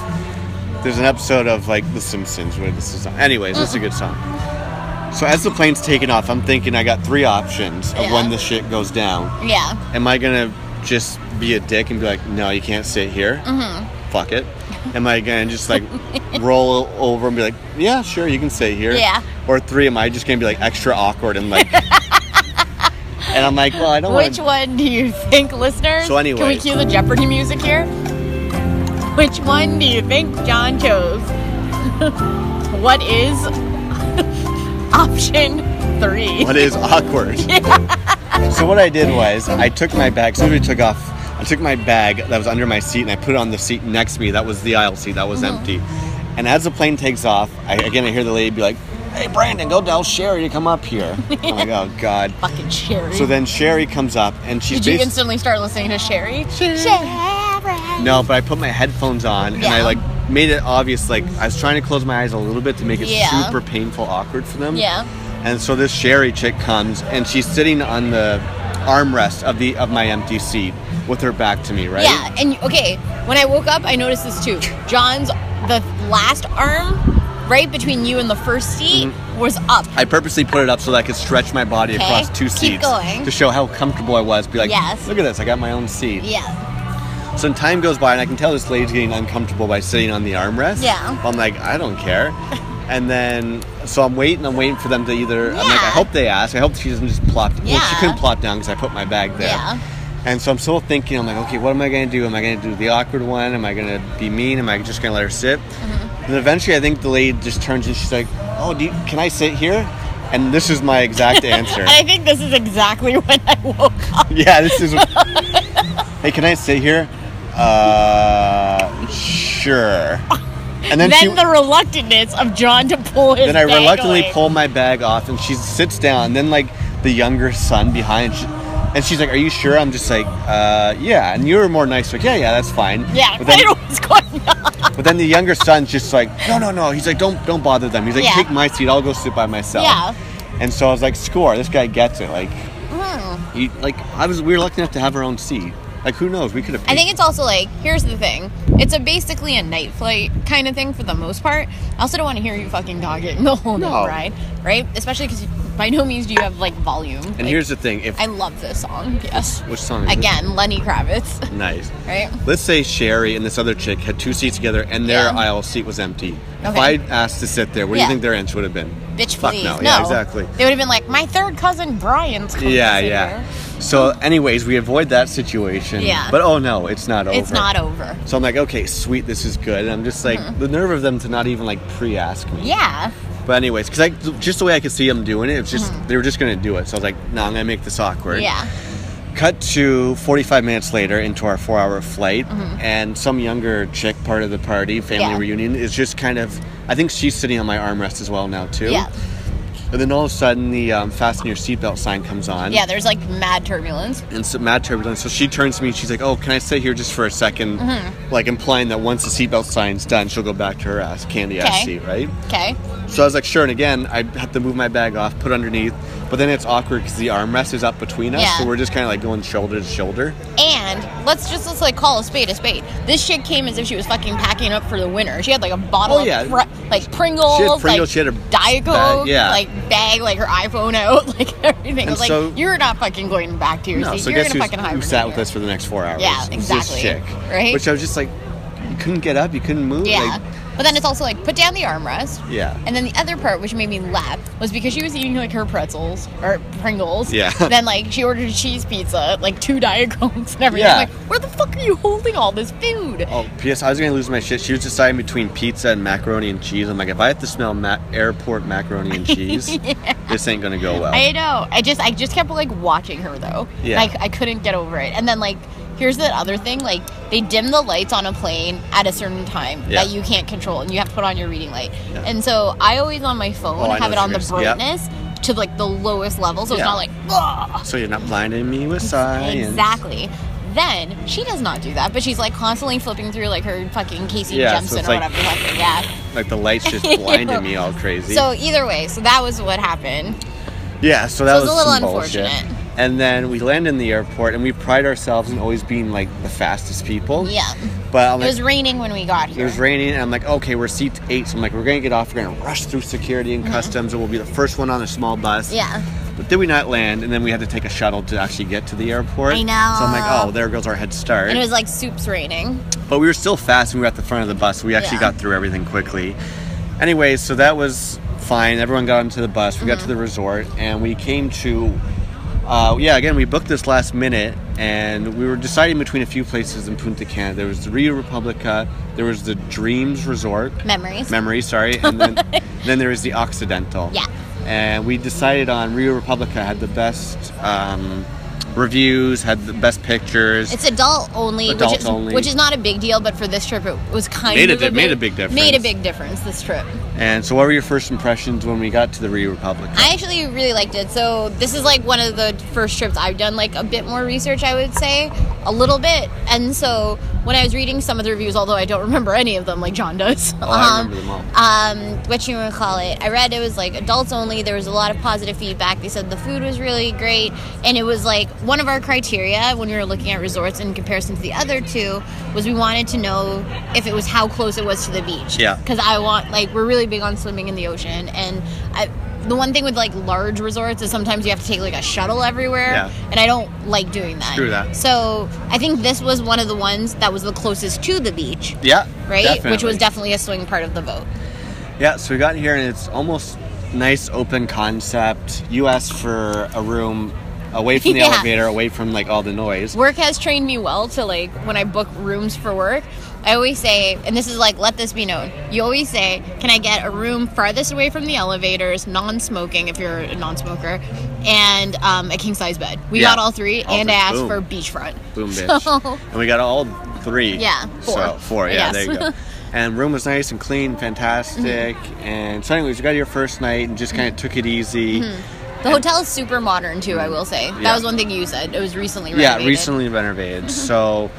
Speaker 5: There's an episode of like The Simpsons where this is. Anyways, this is a
Speaker 6: Mm-hmm.
Speaker 5: good song. So as the plane's taking off, I'm thinking I got three options of when
Speaker 6: Yeah.
Speaker 5: this shit goes down.
Speaker 6: Yeah.
Speaker 5: Am I gonna just be a dick and be like, no, you can't sit here? Mm-hmm. Fuck it. Am I gonna just like roll over and be like, yeah, sure, you can sit here?
Speaker 6: Yeah.
Speaker 5: Or three, am I just gonna be like extra awkward and like. and I'm like, well, I don't
Speaker 6: Which
Speaker 5: want
Speaker 6: one do you think, listeners?
Speaker 5: So
Speaker 6: can we
Speaker 5: anyways-
Speaker 6: cue the Jeopardy music here? Which one do you think John chose? what is option three?
Speaker 5: What is awkward? so what I did was I took my bag. So we took off. I took my bag that was under my seat and I put it on the seat next to me. That was the aisle seat. That was
Speaker 6: Uh-huh.
Speaker 5: empty. And as the plane takes off, I, again I hear the lady be like, "Hey Brandon, go tell Sherry to come up here." I'm like, "Oh God."
Speaker 6: Fucking Sherry.
Speaker 5: So then Sherry comes up and she's
Speaker 6: Did you
Speaker 5: basi-
Speaker 6: instantly start listening to Sherry? Sherry.
Speaker 5: no, but I put my headphones on and I
Speaker 6: Yeah.
Speaker 5: like made it obvious. Like I was trying to close my eyes a little bit to make it
Speaker 6: Yeah.
Speaker 5: super painful, awkward for them.
Speaker 6: Yeah.
Speaker 5: And so this Sherry chick comes and she's sitting on the armrest of the of my empty seat with her back to me, right?
Speaker 6: Yeah, and okay, when I woke up, I noticed this too. John's the last arm, right between you and the first seat, was up.
Speaker 5: Mm-hmm. I purposely put it up so that I could stretch my body
Speaker 6: Okay,
Speaker 5: across two
Speaker 6: keep
Speaker 5: seats
Speaker 6: going.
Speaker 5: to show how comfortable I was. Be like,
Speaker 6: Yes.
Speaker 5: look at this, I got my own seat.
Speaker 6: Yeah,
Speaker 5: So time goes by, and I can tell this lady's getting uncomfortable by sitting on the armrest.
Speaker 6: Yeah.
Speaker 5: I'm like, I don't care. And then, so I'm waiting, I'm waiting for them to either. I'm like, I
Speaker 6: Yeah.
Speaker 5: hope they ask. I hope she doesn't just plop. Well, she
Speaker 6: Yeah.
Speaker 5: couldn't plop down because I put my bag there.
Speaker 6: Yeah.
Speaker 5: And so I'm still thinking, I'm like, okay, what am I going to do? Am I going to do the awkward one? Am I going to be mean? Am I just going to let her sit?
Speaker 6: Mm-hmm.
Speaker 5: And then eventually, I think the lady just turns and she's like, oh, do you, can I sit here? And this is my exact answer.
Speaker 6: and I think this is exactly when I woke up.
Speaker 5: Yeah, this is. hey, can I sit here? Uh, sure. And then,
Speaker 6: Then,
Speaker 5: she.
Speaker 6: the reluctantness of John to pull his.
Speaker 5: then I
Speaker 6: bag
Speaker 5: reluctantly
Speaker 6: away.
Speaker 5: pull my bag off, and she sits down. And then like the younger son behind, she, and she's like, "Are you sure?" I'm just like, "Uh, yeah." And you were more nice, like, "Yeah, yeah, that's fine."
Speaker 6: Yeah,
Speaker 5: But
Speaker 6: I
Speaker 5: then,
Speaker 6: know what's going on.
Speaker 5: but then the younger son's just like, "No, no, no." He's like, "Don't, don't bother them." He's like,
Speaker 6: Yeah.
Speaker 5: "Take my seat. I'll go sit by myself."
Speaker 6: Yeah.
Speaker 5: And so I was like, "Score! This guy gets it." Like,
Speaker 6: Hmm.
Speaker 5: he, like I was. We were lucky enough to have our own seat. Like, who knows? We could have.
Speaker 6: I think it's also like here's the thing. It's a basically a night flight kind of thing for the most part. I also don't want to hear you fucking dogging the whole
Speaker 5: No.
Speaker 6: night ride, right? Especially because by no means do you have like volume.
Speaker 5: And here's the thing: if
Speaker 6: I love this song. Yes.
Speaker 5: which song? Is it?
Speaker 6: Again, Lenny Kravitz,
Speaker 5: nice.
Speaker 6: right?
Speaker 5: Let's say Sherry and this other chick had two seats together, and their
Speaker 6: Yeah.
Speaker 5: aisle seat was empty. If
Speaker 6: Okay.
Speaker 5: I asked to sit there, what do you
Speaker 6: Yeah.
Speaker 5: think their answer would have been?
Speaker 6: bitch,
Speaker 5: Fuck
Speaker 6: please.
Speaker 5: no. Yeah, exactly.
Speaker 6: They would have been like, my third cousin Brian's coming
Speaker 5: Yeah,
Speaker 6: this
Speaker 5: yeah.
Speaker 6: year."
Speaker 5: So, anyways, we avoid that situation.
Speaker 6: Yeah.
Speaker 5: But oh no, it's not over.
Speaker 6: It's not Mm-hmm. over.
Speaker 5: So I'm like, okay, sweet, this is good. And I'm just like, the nerve of them to not even like pre-ask me.
Speaker 6: Yeah.
Speaker 5: But anyways, because I just the way I could see them doing it, it's just they were just gonna do it. So I was like, no, I'm gonna make this awkward.
Speaker 6: Mm-hmm. Yeah.
Speaker 5: Cut to 45 minutes later into our four-hour flight, and some younger chick, part of the party family
Speaker 6: Mm-hmm. Yeah.
Speaker 5: reunion, is just kind of. I think she's sitting on my armrest as well now too.
Speaker 6: Yeah.
Speaker 5: And then all of a sudden, the um, fasten your seatbelt sign comes on.
Speaker 6: Yeah, there's like mad turbulence.
Speaker 5: and so mad turbulence. So she turns to me. She's like, "Oh, can I sit here just for a 2nd
Speaker 6: Mm-hmm.
Speaker 5: Like implying that once the seatbelt sign's done, she'll go back to her ass candy ass
Speaker 6: Okay.
Speaker 5: seat, right?
Speaker 6: Okay.
Speaker 5: So I was like, "Sure." And again, I have to move my bag off, put underneath. But then it's awkward because the armrest is up between us,
Speaker 6: Yeah.
Speaker 5: so we're just kind of like going shoulder to shoulder.
Speaker 6: And let's just let's like call a spade a spade. This chick came as if she was fucking packing up for the winter. She had like a bottle
Speaker 5: Oh, yeah.
Speaker 6: of Pri- like Pringles,
Speaker 5: Pringles,
Speaker 6: like
Speaker 5: she had her
Speaker 6: Diet Coke,
Speaker 5: bag, yeah.
Speaker 6: like bag, like her iPhone out, like everything. I
Speaker 5: And
Speaker 6: was like,
Speaker 5: so-
Speaker 6: you're not fucking going back to your
Speaker 5: No,
Speaker 6: seat.
Speaker 5: so
Speaker 6: you're
Speaker 5: guess
Speaker 6: gonna
Speaker 5: who's,
Speaker 6: fucking
Speaker 5: who
Speaker 6: hibernate
Speaker 5: sat with
Speaker 6: here."
Speaker 5: us for the next four hours?
Speaker 6: Yeah,
Speaker 5: It was This
Speaker 6: exactly,
Speaker 5: chick,
Speaker 6: right?
Speaker 5: Which I was just like, you couldn't get up, you couldn't move.
Speaker 6: Yeah.
Speaker 5: like-
Speaker 6: But then it's also like put down the armrest.
Speaker 5: Yeah.
Speaker 6: And then the other part which made me laugh was because she was eating like her pretzels or Pringles.
Speaker 5: Yeah.
Speaker 6: Then like she ordered a cheese pizza, like two Diet Cokes and everything.
Speaker 5: Yeah.
Speaker 6: I'm like, where the fuck are you holding all this food?
Speaker 5: Oh, P.S. I was gonna lose my shit. She was deciding between pizza and macaroni and cheese. I'm like, if I have to smell ma- airport macaroni and cheese, this ain't gonna go well.
Speaker 6: I know. I just I just kept like watching her though.
Speaker 5: Yeah.
Speaker 6: Like I couldn't get over it. And then like here's the other thing, like they dim the lights on a plane at a certain time
Speaker 5: Yeah.
Speaker 6: that you can't control and you have to put on your reading light.
Speaker 5: Yeah.
Speaker 6: And so I always on my phone
Speaker 5: Oh, I know
Speaker 6: have it
Speaker 5: what
Speaker 6: on the
Speaker 5: you're saying. Yep.
Speaker 6: brightness to like the lowest level so
Speaker 5: Yeah.
Speaker 6: it's not like "Ugh."
Speaker 5: so you're not blinding me with science.
Speaker 6: Exactly. Then she does not do that, but she's like constantly flipping through like her fucking Casey
Speaker 5: Yeah, so
Speaker 6: Jemison
Speaker 5: it's
Speaker 6: or
Speaker 5: like-
Speaker 6: whatever. the fuck- yeah.
Speaker 5: Like the lights just blinded me all crazy.
Speaker 6: So either way, so that was what happened.
Speaker 5: yeah, so that
Speaker 6: so it's
Speaker 5: was
Speaker 6: a little
Speaker 5: some bullshit.
Speaker 6: unfortunate.
Speaker 5: And then we land in the airport, and we pride ourselves in always being like the fastest people.
Speaker 6: Yeah.
Speaker 5: But I'm
Speaker 6: It
Speaker 5: like,
Speaker 6: was raining when we got
Speaker 5: It
Speaker 6: here.
Speaker 5: was raining, and I'm like, okay, we're seat eight. So I'm like, we're gonna get off. We're gonna rush through security and customs, and we'll be the first one on a small bus.
Speaker 6: Mm-hmm. Yeah.
Speaker 5: But then we not land, and then we had to take a shuttle to actually get to the airport.
Speaker 6: I know.
Speaker 5: So I'm like, oh, there goes our head start.
Speaker 6: And it was like soup's raining.
Speaker 5: but we were still fast, and we were at the front of the bus. So we actually
Speaker 6: Yeah.
Speaker 5: got through everything quickly. Anyways, so that was fine. Everyone got onto the bus. We got
Speaker 6: Mm-hmm.
Speaker 5: to the resort, and we came to. Uh, yeah, again, we booked this last minute, and we were deciding between a few places in Punta Cana. There was the Rio Republica, there was the Dreams Resort,
Speaker 6: Memories.
Speaker 5: Memory, sorry, and then then there is the Occidental.
Speaker 6: Yeah.
Speaker 5: And we decided on Rio Republica had the best um, reviews, had the best pictures.
Speaker 6: it's adult only,
Speaker 5: Adult
Speaker 6: which is
Speaker 5: only.
Speaker 6: which is not a big deal, but for this trip it was kind
Speaker 5: Made a
Speaker 6: of
Speaker 5: di- made a big difference.
Speaker 6: Made a big difference this trip.
Speaker 5: and so, what were your first impressions when we got to the Rio Republica?
Speaker 6: I actually really liked it. So this is like one of the first trips I've done like a bit more research, I would say, a little bit. And so when I was reading some of the reviews, although I don't remember any of them, like John does.
Speaker 5: Oh, I remember them all.
Speaker 6: Um, what you would call it? I read it was like adults only. There was a lot of positive feedback. They said the food was really great, and it was like one of our criteria when we were looking at resorts in comparison to the other two was we wanted to know if it was how close it was to the beach.
Speaker 5: Yeah.
Speaker 6: Because I want like we're really big on swimming in the ocean, and I, the one thing with like large resorts is sometimes you have to take like a shuttle everywhere,
Speaker 5: Yeah.
Speaker 6: and I don't like doing that.
Speaker 5: Screw that.
Speaker 6: So I think this was one of the ones that was the closest to the beach.
Speaker 5: yeah,
Speaker 6: Right, which
Speaker 5: definitely.
Speaker 6: was definitely a swing part of the boat.
Speaker 5: Yeah, so we got here and it's almost nice open concept. You asked for a room away from the
Speaker 6: Yeah.
Speaker 5: elevator, away from like all the noise.
Speaker 6: work has trained me well to like when I book rooms for work. I always say, and this is like, let this be known. You always say, can I get a room farthest away from the elevators, non smoking if you're a non smoker, and um, a king size bed? We
Speaker 5: Yeah.
Speaker 6: got all three,
Speaker 5: All
Speaker 6: and
Speaker 5: three.
Speaker 6: I asked
Speaker 5: Boom.
Speaker 6: for beachfront.
Speaker 5: Boom, bitch.
Speaker 6: So-
Speaker 5: and we got all three.
Speaker 6: Yeah,
Speaker 5: So,
Speaker 6: four,
Speaker 5: four,
Speaker 6: I
Speaker 5: yeah,
Speaker 6: guess.
Speaker 5: there you go. And room was nice and clean, fantastic.
Speaker 6: Mm-hmm.
Speaker 5: And so, anyways, we got here first night and just kind of took it easy.
Speaker 6: Mm-hmm. The hotel is super modern too, I will say.
Speaker 5: Yeah.
Speaker 6: That was one thing you said. It was recently
Speaker 5: Yeah,
Speaker 6: renovated. Mm-hmm.
Speaker 5: recently renovated. so,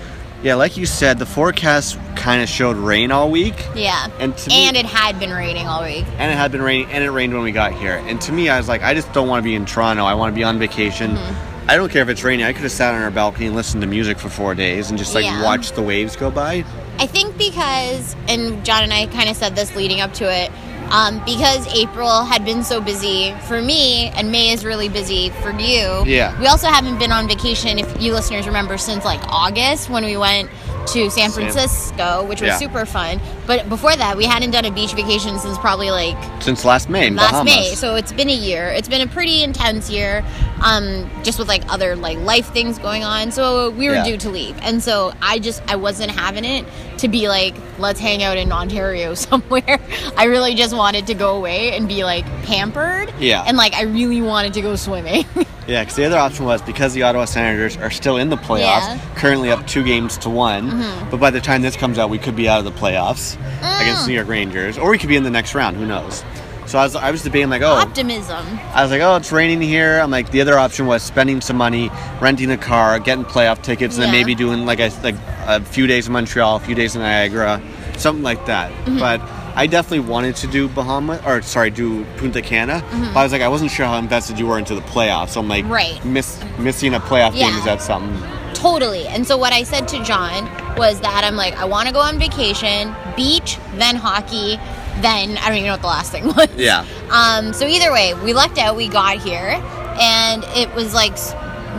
Speaker 5: yeah, like you said, the forecast kind of showed rain all week.
Speaker 6: Yeah.
Speaker 5: And to me-
Speaker 6: and it had been raining all week.
Speaker 5: and it had been raining and it rained when we got here and to me i was like i just don't want to be in toronto i want to be on vacation
Speaker 6: Mm-hmm.
Speaker 5: i don't care if it's raining i could have sat on our balcony and listened to music for four days and just like
Speaker 6: Yeah.
Speaker 5: watched the waves go by
Speaker 6: I think because, and John and I kind of said this leading up to it, um, because April had been so busy for me, and May is really busy for you.
Speaker 5: Yeah.
Speaker 6: We also haven't been on vacation, if you listeners remember, since like August when we went to San Francisco, which was
Speaker 5: Yeah.
Speaker 6: super fun. But before that, we hadn't done a beach vacation since probably like
Speaker 5: Since last May, in
Speaker 6: last
Speaker 5: Bahamas.
Speaker 6: May. So it's been a year. It's been a pretty intense year, um, just with like other like life things going on. So we were
Speaker 5: Yeah.
Speaker 6: due to leave, and so I just I wasn't having it to be like let's hang out in Ontario somewhere. I really just wanted to go away and be like pampered.
Speaker 5: Yeah.
Speaker 6: And like I really wanted to go swimming.
Speaker 5: Yeah, because the other option was because the Ottawa Senators are still in the playoffs,
Speaker 6: Yeah.
Speaker 5: currently up two games to one. But by the time this comes out, we could be out of the playoffs against the New York Rangers, or we could be in the next round. Who knows? So I was, I was debating like, oh,
Speaker 6: Optimism.
Speaker 5: I was like, oh, it's raining here. I'm like, the other option was spending some money, renting a car, getting playoff tickets, and then
Speaker 6: Yeah.
Speaker 5: maybe doing like a like a few days in Montreal, a few days in Niagara, something like that.
Speaker 6: Mm-hmm.
Speaker 5: But I definitely wanted to do Bahama, or sorry, do Punta Cana. But I was like, I wasn't sure how invested you were into the playoffs. So I'm like,
Speaker 6: Mm-hmm. Right.
Speaker 5: miss, missing a playoff game
Speaker 6: Yeah.
Speaker 5: is that something?
Speaker 6: Totally. And so what I said to John was that I'm like, I want to go on vacation, beach, then hockey, then I don't even know what the last thing was.
Speaker 5: Yeah.
Speaker 6: Um. So either way, we lucked out. We got here, and it was like s-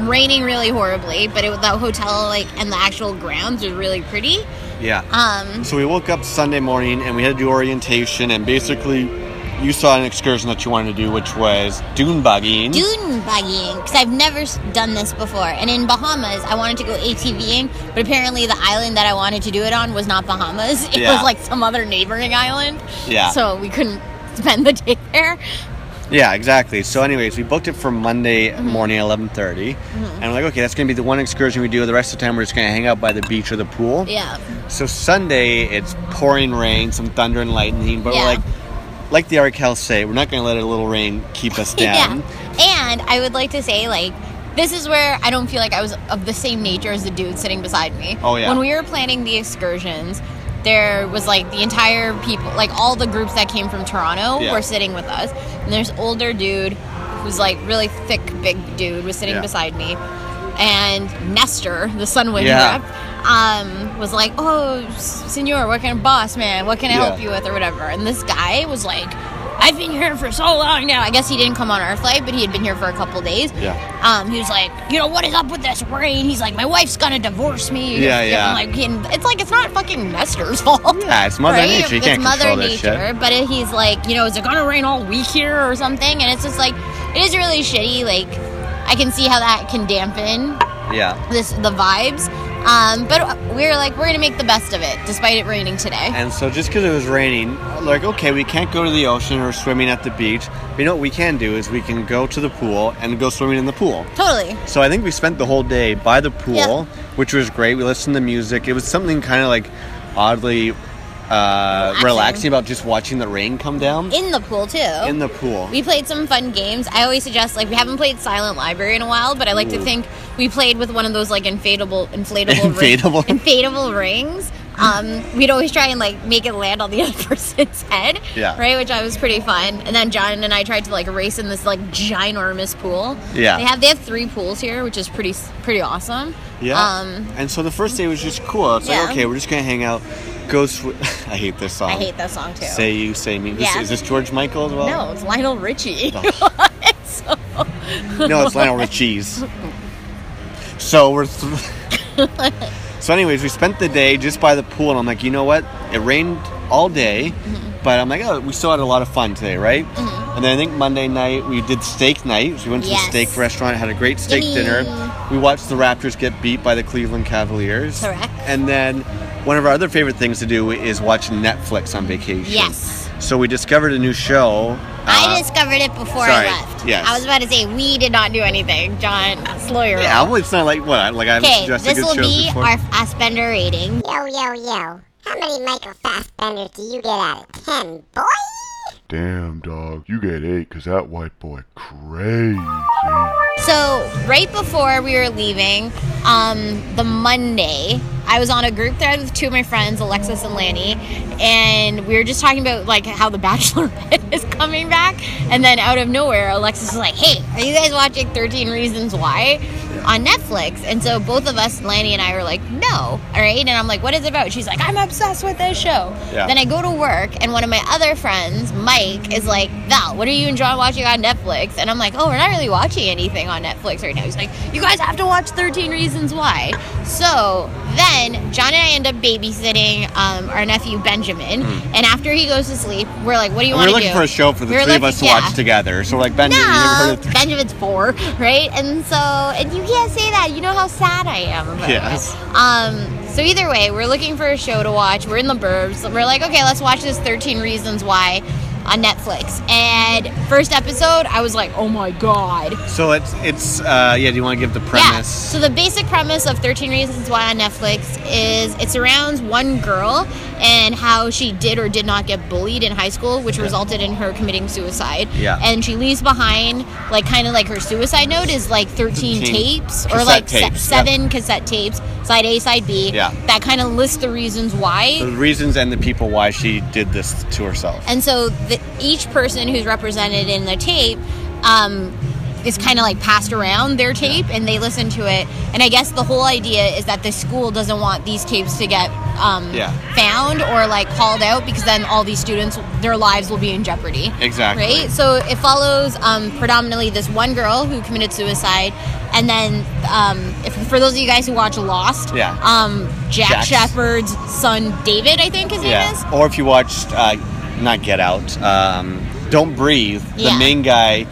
Speaker 6: raining really horribly, but it the hotel like and the actual grounds was really pretty.
Speaker 5: Yeah.
Speaker 6: Um.
Speaker 5: So we woke up Sunday morning and we had to do orientation, and basically, you saw an excursion that you wanted to do, which was dune bugging.
Speaker 6: Dune buggying because I've never s- done this before. And in Bahamas, I wanted to go ATVing, but apparently the island that I wanted to do it on was not Bahamas. It
Speaker 5: Yeah.
Speaker 6: was like some other neighboring island.
Speaker 5: Yeah.
Speaker 6: So we couldn't spend the day there.
Speaker 5: Yeah, exactly. So, anyways, we booked it for Monday
Speaker 6: Mm-hmm.
Speaker 5: morning, eleven and we're like, okay, that's gonna be the one excursion we do. The rest of the time, we're just gonna hang out by the beach or the pool.
Speaker 6: Yeah.
Speaker 5: So Sunday, it's pouring rain, some thunder and lightning, but
Speaker 6: Yeah.
Speaker 5: we're like, like the Arkells say, we're not gonna let a little rain keep us down.
Speaker 6: Yeah. And I would like to say, like, this is where I don't feel like I was of the same nature as the dude sitting beside me.
Speaker 5: Oh, yeah.
Speaker 6: When we were planning the excursions, there was like the entire people, like all the groups that came from Toronto
Speaker 5: Yeah.
Speaker 6: were sitting with us. And there's older dude who's like really thick, big dude was sitting
Speaker 5: Yeah.
Speaker 6: beside me. And Nestor, the Sunwind
Speaker 5: Yeah.
Speaker 6: rep, um, was like, "Oh, senor, what kind of boss man? What can I help
Speaker 5: Yeah.
Speaker 6: you with, or whatever?" And this guy was like, "I've been here for so long now." I guess he didn't come on our flight, but he had been here for a couple days.
Speaker 5: Yeah.
Speaker 6: Um, he was like, "You know what is up with this rain?" He's like, "My wife's gonna divorce me."
Speaker 5: Yeah, yeah.
Speaker 6: I'm like, and it's like it's not fucking Nestor's fault.
Speaker 5: Yeah, it's Mother Nature. You
Speaker 6: it's
Speaker 5: can't
Speaker 6: Mother
Speaker 5: control this
Speaker 6: Nature, but it- he's like, you know, is it gonna rain all week here or something? And it's just like, it is really shitty. Like, I can see how that can dampen
Speaker 5: shit. Yeah.
Speaker 6: this the vibes. Um, but we were like, we're gonna make the best of it, despite it raining today.
Speaker 5: And so, just because it was raining, like, okay, we can't go to the ocean or swimming at the beach. But you know what we can do is we can go to the pool and go swimming in the pool.
Speaker 6: Totally.
Speaker 5: So I think we spent the whole day by the pool,
Speaker 6: Yeah.
Speaker 5: which was great. We listened to music. It was something kind of like oddly uh, relaxing. about just watching the rain come down
Speaker 6: In the pool too.
Speaker 5: in the pool.
Speaker 6: we played some fun games. I always suggest like we haven't played Silent Library in a while, but I like to think we played with one of those like inflatable inflatable ring-
Speaker 5: Inflatable.
Speaker 6: inflatable rings. Um, we'd always try and like make it land on the other person's head,
Speaker 5: Yeah.
Speaker 6: right? Which I was pretty fun. And then John and I tried to like race in this like ginormous pool.
Speaker 5: Yeah.
Speaker 6: they have they have three pools here, which is pretty s- pretty awesome.
Speaker 5: yeah.
Speaker 6: Um,
Speaker 5: and so the first day was just cool. It's
Speaker 6: Yeah.
Speaker 5: like okay, we're just gonna hang out, go. Sw- I hate this song.
Speaker 6: I hate that song too.
Speaker 5: Say you, say me. This-
Speaker 6: Yeah.
Speaker 5: Is this George Michael as well?
Speaker 6: No, it's Lionel Richie. So-
Speaker 5: no, it's Lionel Richie's. So we're. Th- so, anyways, we spent the day just by the pool, and I'm like, you know what? It rained all day,
Speaker 6: Mm-hmm.
Speaker 5: but I'm like, oh, we still had a lot of fun today, right? And then I think Monday night we did steak night. So we went to
Speaker 6: Yes.
Speaker 5: the steak restaurant, had a great steak
Speaker 6: Yummy.
Speaker 5: dinner. We watched the Raptors get beat by the Cleveland Cavaliers.
Speaker 6: Correct.
Speaker 5: And then one of our other favorite things to do is watch Netflix on vacation.
Speaker 6: Yes.
Speaker 5: So we discovered a new show.
Speaker 6: I
Speaker 5: uh,
Speaker 6: discovered it before
Speaker 5: sorry,
Speaker 6: I left.
Speaker 5: yes.
Speaker 6: I was about to say we did not do anything, John. Slow your
Speaker 5: Yeah,
Speaker 6: roll.
Speaker 5: well, it's not like what I- like I've
Speaker 6: Okay,
Speaker 5: suggested
Speaker 6: this
Speaker 5: good
Speaker 6: will
Speaker 5: shows
Speaker 6: be
Speaker 5: before.
Speaker 6: our Fassbender rating.
Speaker 9: Yo, yo, yo. How many Michael Fassbenders do you get out of 10, boy?
Speaker 7: Damn, dog. You get eight, 'cause that white boy crazy.
Speaker 6: So right before we were leaving, um, the Monday, I was on a group thread with two of my friends, Alexis and Lanny, and we were just talking about like how The Bachelor is coming back. And then out of nowhere, Alexis is like, "Hey, are you guys watching Thirteen Reasons Why on Netflix?" And so both of us, Lanny and I, were like, "No, all right." And I'm like, "What is it about?" She's like, "I'm obsessed with this show."
Speaker 5: Yeah.
Speaker 6: Then I go to work, and one of my other friends, Mike, is like, Val, what are you enjoying watching on Netflix? And I'm like, oh, we're not really watching anything on Netflix right now. He's like, you guys have to watch 13 Reasons Why. So then John and I end up babysitting um, our nephew Benjamin, and after he goes to sleep, we're like, "What do you
Speaker 5: Hmm. And
Speaker 6: want
Speaker 5: we're looking
Speaker 6: to do?"
Speaker 5: for a show for the
Speaker 6: We're
Speaker 5: three of
Speaker 6: looking-
Speaker 5: us to
Speaker 6: yeah.
Speaker 5: watch together. So we're like, Benjamin, you never heard
Speaker 6: No,
Speaker 5: of three?
Speaker 6: Benjamin's four, right? And so, and you can't say that. You know how sad I am about
Speaker 5: Yes.
Speaker 6: it. Um. So either way, we're looking for a show to watch. We're in the burbs. We're like, okay, let's watch this 13 Reasons Why on Netflix. And first episode, I was like, oh my god.
Speaker 5: So it's it's uh, yeah. Do you want to give the
Speaker 6: Yeah.
Speaker 5: premise?
Speaker 6: So the basic premise of 13 Reasons Why on Netflix is it surrounds one girl and how she did or did not get bullied in high school, which resulted in her committing suicide.
Speaker 5: Yeah.
Speaker 6: And she leaves behind, like, kind of like her suicide note is like 13
Speaker 5: 13
Speaker 6: tapes or
Speaker 5: cassette
Speaker 6: like se-
Speaker 5: tapes, yeah.
Speaker 6: seven cassette tapes, side A, side B.
Speaker 5: Yeah.
Speaker 6: That kind of lists the reasons why.
Speaker 5: the reasons and the people why she did this to herself.
Speaker 6: And so the, each person who's represented in the tape um, is kind of like passed around their tape and they listen to it. And I guess the whole idea is that the school doesn't want these tapes to get um,
Speaker 5: Yeah.
Speaker 6: found or like called out because then all these students, their lives will be in jeopardy.
Speaker 5: Exactly.
Speaker 6: Right? So it follows um, predominantly this one girl who committed suicide. And then, um, if, for those of you guys who watch Lost,
Speaker 5: Yeah.
Speaker 6: um, Jack
Speaker 5: Jax.
Speaker 6: Shepherd's son David, I think his name is,
Speaker 5: yeah. Or if you watched, uh, not Get Out, um, Don't Breathe.
Speaker 6: Yeah.
Speaker 5: The main guy,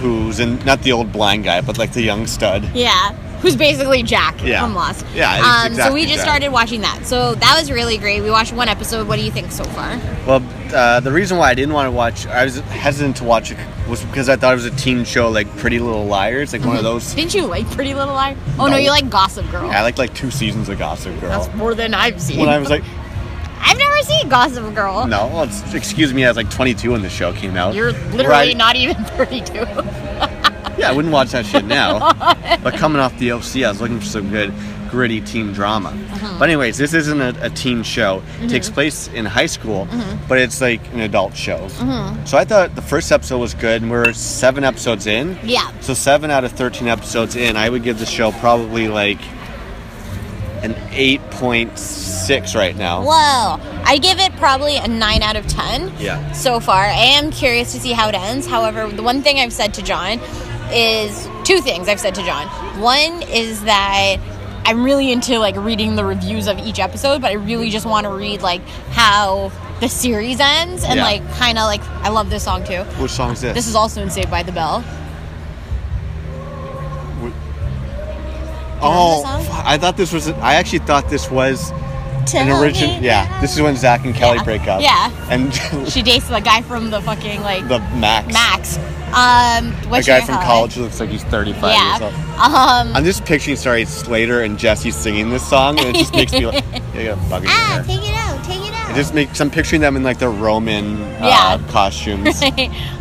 Speaker 5: who's in not the old blind guy, but like the young stud.
Speaker 6: Yeah. Who's basically Jack
Speaker 5: Yeah.
Speaker 6: from Lost.
Speaker 5: Yeah, it's
Speaker 6: Um, so
Speaker 5: exactly
Speaker 6: we just
Speaker 5: Jack.
Speaker 6: started watching that. So that was really great. We watched one episode. What do you think so far?
Speaker 5: Well, uh, the reason why I didn't want to watch, I was hesitant to watch it, was because I thought it was a teen show like Pretty Little Liars, like
Speaker 6: Mm-hmm.
Speaker 5: one of those.
Speaker 6: Didn't you like Pretty Little Liars? Oh no,
Speaker 5: No.
Speaker 6: you like Gossip Girl.
Speaker 5: I liked like two seasons of Gossip Girl.
Speaker 6: That's more than I've seen.
Speaker 5: When I was like,
Speaker 6: I've never seen Gossip Girl.
Speaker 5: no, well, it's, excuse me, I was like 22 when the show came out.
Speaker 6: You're literally
Speaker 5: Right.
Speaker 6: not even 32.
Speaker 5: Yeah, I wouldn't watch that shit now. but coming off the OC, I was looking for some good gritty teen drama.
Speaker 6: Uh-huh.
Speaker 5: But anyways, this isn't a, a teen show.
Speaker 6: Mm-hmm.
Speaker 5: It takes place in high school, but it's like an adult show.
Speaker 6: Mm-hmm.
Speaker 5: So I thought the first episode was good, and we're seven episodes in.
Speaker 6: Yeah.
Speaker 5: So seven out of thirteen episodes in, I would give the show probably like an eight point six right now.
Speaker 6: Whoa. I give it probably a 9 out of 10.
Speaker 5: Yeah.
Speaker 6: so far. I am curious to see how it ends. However, the one thing I've said to John is two things I've said to John. One is that I'm really into like reading the reviews of each episode, but I really just want to read like how the series ends and
Speaker 5: Yeah.
Speaker 6: like kind of like I love this song too.
Speaker 5: Which song's this?
Speaker 6: This is also in Saved by the Bell.
Speaker 5: oh,
Speaker 6: song?
Speaker 5: fu- I thought this was. I actually thought this was an original. Yeah. This is when Zach and Kelly
Speaker 6: Yeah.
Speaker 5: break up.
Speaker 6: Yeah.
Speaker 5: And
Speaker 6: she dates the guy from the fucking like
Speaker 5: the Max.
Speaker 6: Max. Um,
Speaker 5: A
Speaker 6: what's
Speaker 5: guy
Speaker 6: your
Speaker 5: from
Speaker 6: color?
Speaker 5: college who looks like he's 35 years old.
Speaker 6: Yeah. Um,
Speaker 5: I'm just picturing, sorry, Slater and Jesse singing this song, and it just makes me like, yeah, got a bug in your
Speaker 6: ah,
Speaker 5: hair.
Speaker 6: take it out, take it out.
Speaker 5: It just makes, I'm picturing them in like their Roman
Speaker 6: Yeah.
Speaker 5: uh, costumes.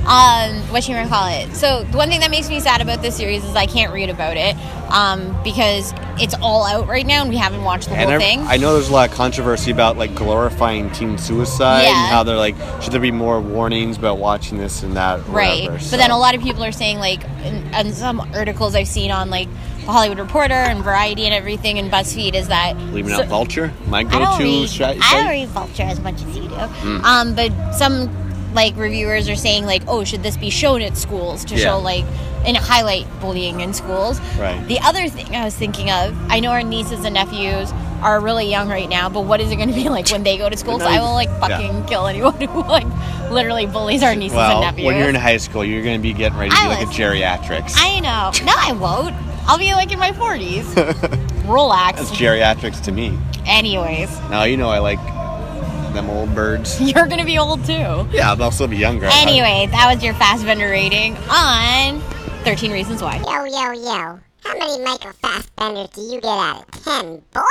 Speaker 6: um, what you call it. So the one thing that makes me sad about this series is I can't read about it um, because it's all out right now and we haven't watched the
Speaker 5: And
Speaker 6: whole
Speaker 5: I,
Speaker 6: thing.
Speaker 5: I know there's a lot of controversy about like glorifying teen suicide
Speaker 6: Yeah.
Speaker 5: and how they're like, should there be more warnings about watching this and that? or
Speaker 6: right.
Speaker 5: Whatever,
Speaker 6: But then a lot of people are saying like, in, in some articles I've seen on like The Hollywood Reporter and Variety and everything and BuzzFeed is that
Speaker 5: Leaving
Speaker 6: so-
Speaker 5: out Vulture, my
Speaker 6: I don't
Speaker 5: go-to
Speaker 6: read,
Speaker 5: site.
Speaker 6: I don't read Vulture as much as you do.
Speaker 5: Hmm.
Speaker 6: Um, but some like reviewers are saying like, oh, should this be shown at schools to
Speaker 5: Yeah.
Speaker 6: show like and highlight bullying in schools?
Speaker 5: Right.
Speaker 6: The other thing I was thinking of, I know our nieces and nephews are really young right now, but what is it going to be like when they go to school? So I will like
Speaker 5: Yeah.
Speaker 6: fucking kill anyone who like literally bullies our nieces
Speaker 5: well,
Speaker 6: and nephews.
Speaker 5: when you're in high school, you're going to be getting ready to
Speaker 6: I
Speaker 5: do like a
Speaker 6: was-
Speaker 5: geriatrics.
Speaker 6: I know. No, I won't. I'll be like in my 40s. Relax.
Speaker 5: That's geriatrics to me.
Speaker 6: Anyways,
Speaker 5: Now you know I like them old birds.
Speaker 6: you're going to be old too.
Speaker 5: Yeah, but I'll still be younger.
Speaker 6: Anyway, that was your Fastbender rating on 13 Reasons Why.
Speaker 9: Yo, yo, yo. How many Michael Fassbenders do you get out of 10, boy?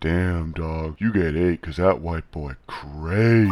Speaker 7: Damn, dog. You get eight because that white boy crazy.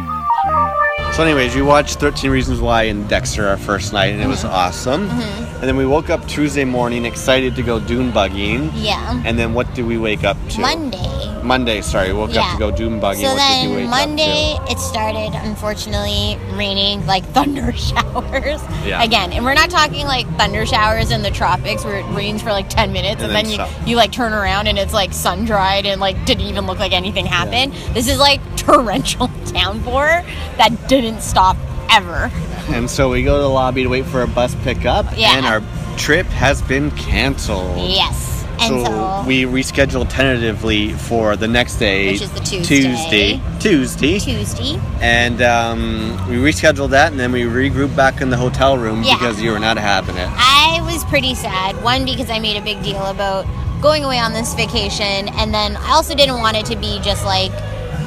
Speaker 5: So, anyways, we watched 13 Reasons Why and Dexter our first night, and it
Speaker 6: Mm-hmm.
Speaker 5: was awesome. And then we woke up Tuesday morning excited to go dune bugging.
Speaker 6: Yeah.
Speaker 5: And then what did we wake up to?
Speaker 6: Monday.
Speaker 5: Monday, sorry, we woke
Speaker 6: Yeah.
Speaker 5: up to go dune bugging.
Speaker 6: So
Speaker 5: what did you
Speaker 6: then
Speaker 5: wake
Speaker 6: Monday,
Speaker 5: up
Speaker 6: it started, unfortunately, raining like thunder showers.
Speaker 5: Yeah.
Speaker 6: Again, and we're not talking like thunder showers in the tropics where it rains for like 10 minutes and,
Speaker 5: And
Speaker 6: then,
Speaker 5: then
Speaker 6: you,
Speaker 5: stop.
Speaker 6: you like turn around and it's like sun dried and like didn't even look like anything happened. This is like torrential downpour that didn't stop ever.
Speaker 5: to? And so we go to the lobby to wait for a bus pickup,
Speaker 6: Yeah.
Speaker 5: and our trip has been canceled.
Speaker 6: Yes. And so-
Speaker 5: we rescheduled tentatively for the next day,
Speaker 6: Which is the Tuesday.
Speaker 5: Tuesday, Tuesday,
Speaker 6: Tuesday.
Speaker 5: and um, we rescheduled that, and then we regrouped back in the hotel room
Speaker 6: Yeah.
Speaker 5: because you were not having it.
Speaker 6: I was pretty sad. One, because I made a big deal about going away on this vacation, and then I also didn't want it to be just like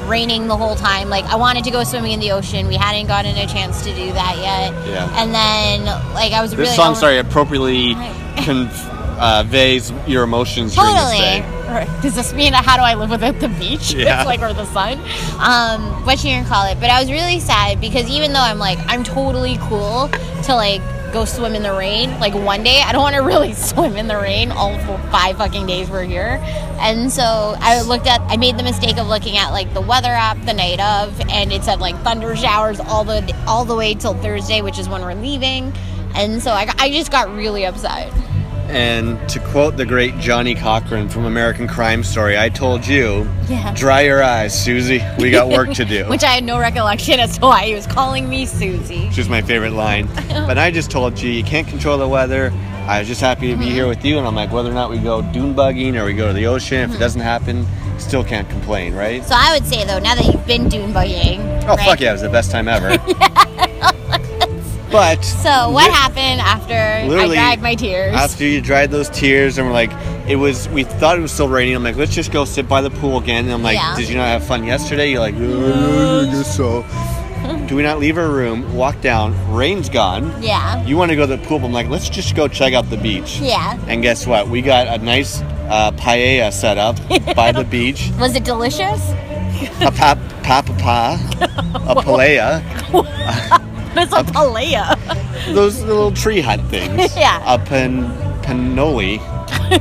Speaker 6: raining the whole time. Like, I wanted to go swimming in the ocean. We hadn't gotten a chance to do that yet.
Speaker 5: Yeah.
Speaker 6: And then, like, I was
Speaker 5: This
Speaker 6: really.
Speaker 5: song,
Speaker 6: only-
Speaker 5: sorry, appropriately conveys your emotions
Speaker 6: Totally.
Speaker 5: during this day.
Speaker 6: Or Does this mean how do I live without the beach?
Speaker 5: Yeah.
Speaker 6: It's like or the sun. Um, what you gonna call it? But I was really sad because even though I'm like I'm totally cool to like go swim in the rain, like one day I don't want to really swim in the rain all for five fucking days we're here. And so I looked at I made the mistake of looking at like the weather app the night of, and it said like thunder showers all the all the way till Thursday, which is when we're leaving. And so I, got- I just got really upset.
Speaker 5: And to quote the great Johnny Cochran from American Crime Story, I told you,
Speaker 6: Yeah.
Speaker 5: dry your eyes, Susie. We got work to do.
Speaker 6: Which I had no recollection as to why he was calling me Susie.
Speaker 5: Which is my favorite line. But I just told you, you can't control the weather. I was just happy to be
Speaker 6: Mm-hmm.
Speaker 5: here with you. And I'm like, whether or not we go dune bugging or we go to the ocean, if it
Speaker 6: Mm-hmm.
Speaker 5: doesn't happen, still can't complain, right?
Speaker 6: So I would say though, now that you've been dune bugging.
Speaker 5: Oh, fuck yeah, it was the best time ever. But
Speaker 6: So what
Speaker 5: Lit-
Speaker 6: happened after
Speaker 5: Literally,
Speaker 6: I dried my tears?
Speaker 5: After you dried those tears, and we're like, it was. We thought it was still raining. I'm like, let's just go sit by the pool again. And I'm like,
Speaker 6: Yeah.
Speaker 5: did you not have fun yesterday? You're like, "Uh, I guess so. Do we not leave our room? Walk down. Rain's gone.
Speaker 6: yeah.
Speaker 5: You want to go to the pool? But I'm like, let's just go check out the beach.
Speaker 6: Yeah.
Speaker 5: And guess what? We got a nice uh, paella set up by the beach.
Speaker 6: Was it delicious?
Speaker 5: A pap, papapa, a paella.
Speaker 6: It's a palea.
Speaker 5: those little tree hut things.
Speaker 6: Yeah.
Speaker 5: A pan panoli.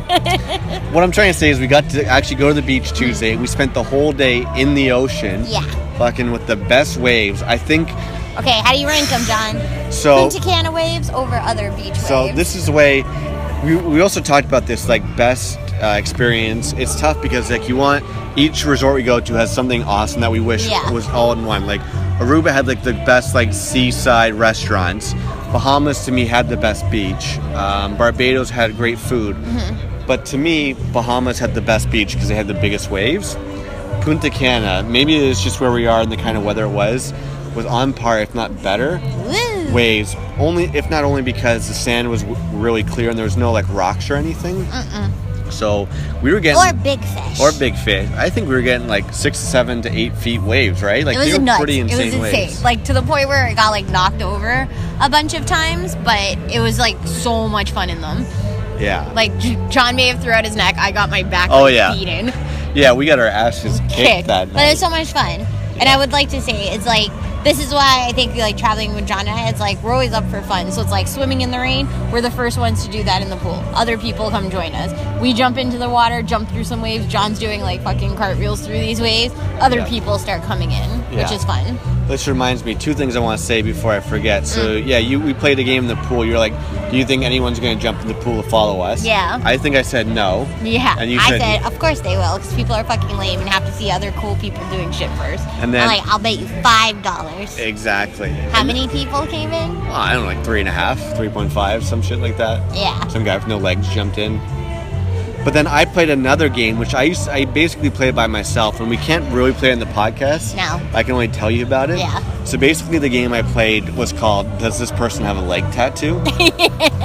Speaker 5: what I'm trying to say is we got to actually go to the beach Tuesday. We spent the whole day in the ocean.
Speaker 6: Yeah.
Speaker 5: Fucking with the best waves. I think
Speaker 6: Okay, how do you rank them, John?
Speaker 5: so.
Speaker 6: Punta waves over other beach waves.
Speaker 5: So this is the way we, we also talked about this like best uh, experience. It's tough because like you want each resort we go to has something awesome that we wish
Speaker 6: Yeah.
Speaker 5: was all in one. Like Aruba had like the best like seaside restaurants. Bahamas to me had the best beach. Um, Barbados had great food. But to me, Bahamas had the best beach because they had the biggest waves. Punta Cana, maybe it's just where we are and the kind of weather it was, was on par if not better
Speaker 6: Woo.
Speaker 5: waves only if not only because the sand was w- really clear and there was no like rocks or anything so we were
Speaker 6: or
Speaker 5: getting
Speaker 6: big fish.
Speaker 5: or big fish i think we were getting like six seven to eight feet waves right like
Speaker 6: It was
Speaker 5: they were
Speaker 6: nuts.
Speaker 5: pretty insane
Speaker 6: it was insane.
Speaker 5: waves
Speaker 6: Like to the point where it got like knocked over a bunch of times, but it was like so much fun in them.
Speaker 5: yeah
Speaker 6: Like J- John may have threw out his neck. I got my back
Speaker 5: Oh,
Speaker 6: like,
Speaker 5: yeah.
Speaker 6: beaten.
Speaker 5: yeah we got our asses kicked,
Speaker 6: kick.
Speaker 5: that
Speaker 6: But
Speaker 5: night
Speaker 6: it's so much fun. And I would like to say it's like this is why I think like traveling with John and I, it's like we're always up for fun. So it's like swimming in the rain. We're the first ones to do that in the pool. Other people come join us. We jump into the water, jump through some waves. John's doing like fucking cartwheels through these waves. Other
Speaker 5: Yeah.
Speaker 6: people start coming in, which
Speaker 5: Yeah.
Speaker 6: is fun.
Speaker 5: This reminds me two things I want to say before I forget. So
Speaker 6: Mm.
Speaker 5: yeah, you we played a game in the pool. You're like, do you think anyone's going to jump in the pool to follow us?
Speaker 6: Yeah.
Speaker 5: I think I said no.
Speaker 6: Yeah,
Speaker 5: And you
Speaker 6: I
Speaker 5: said-
Speaker 6: said, of course they will, because people are fucking lame and have to see other cool people doing shit first.
Speaker 5: And then-
Speaker 6: I'm like, I'll bet you five dollars.
Speaker 5: Exactly.
Speaker 6: How many people came in?
Speaker 5: Oh, I don't know, like three and a half, 3.5, some shit like that.
Speaker 6: Yeah.
Speaker 5: Some guy with no legs jumped in. But then I played another game, which I used I basically play by myself, and we can't really play it on the podcast.
Speaker 6: No.
Speaker 5: I can only tell you about it.
Speaker 6: Yeah.
Speaker 5: So basically, the game I played was called "Does this person have a leg tattoo?"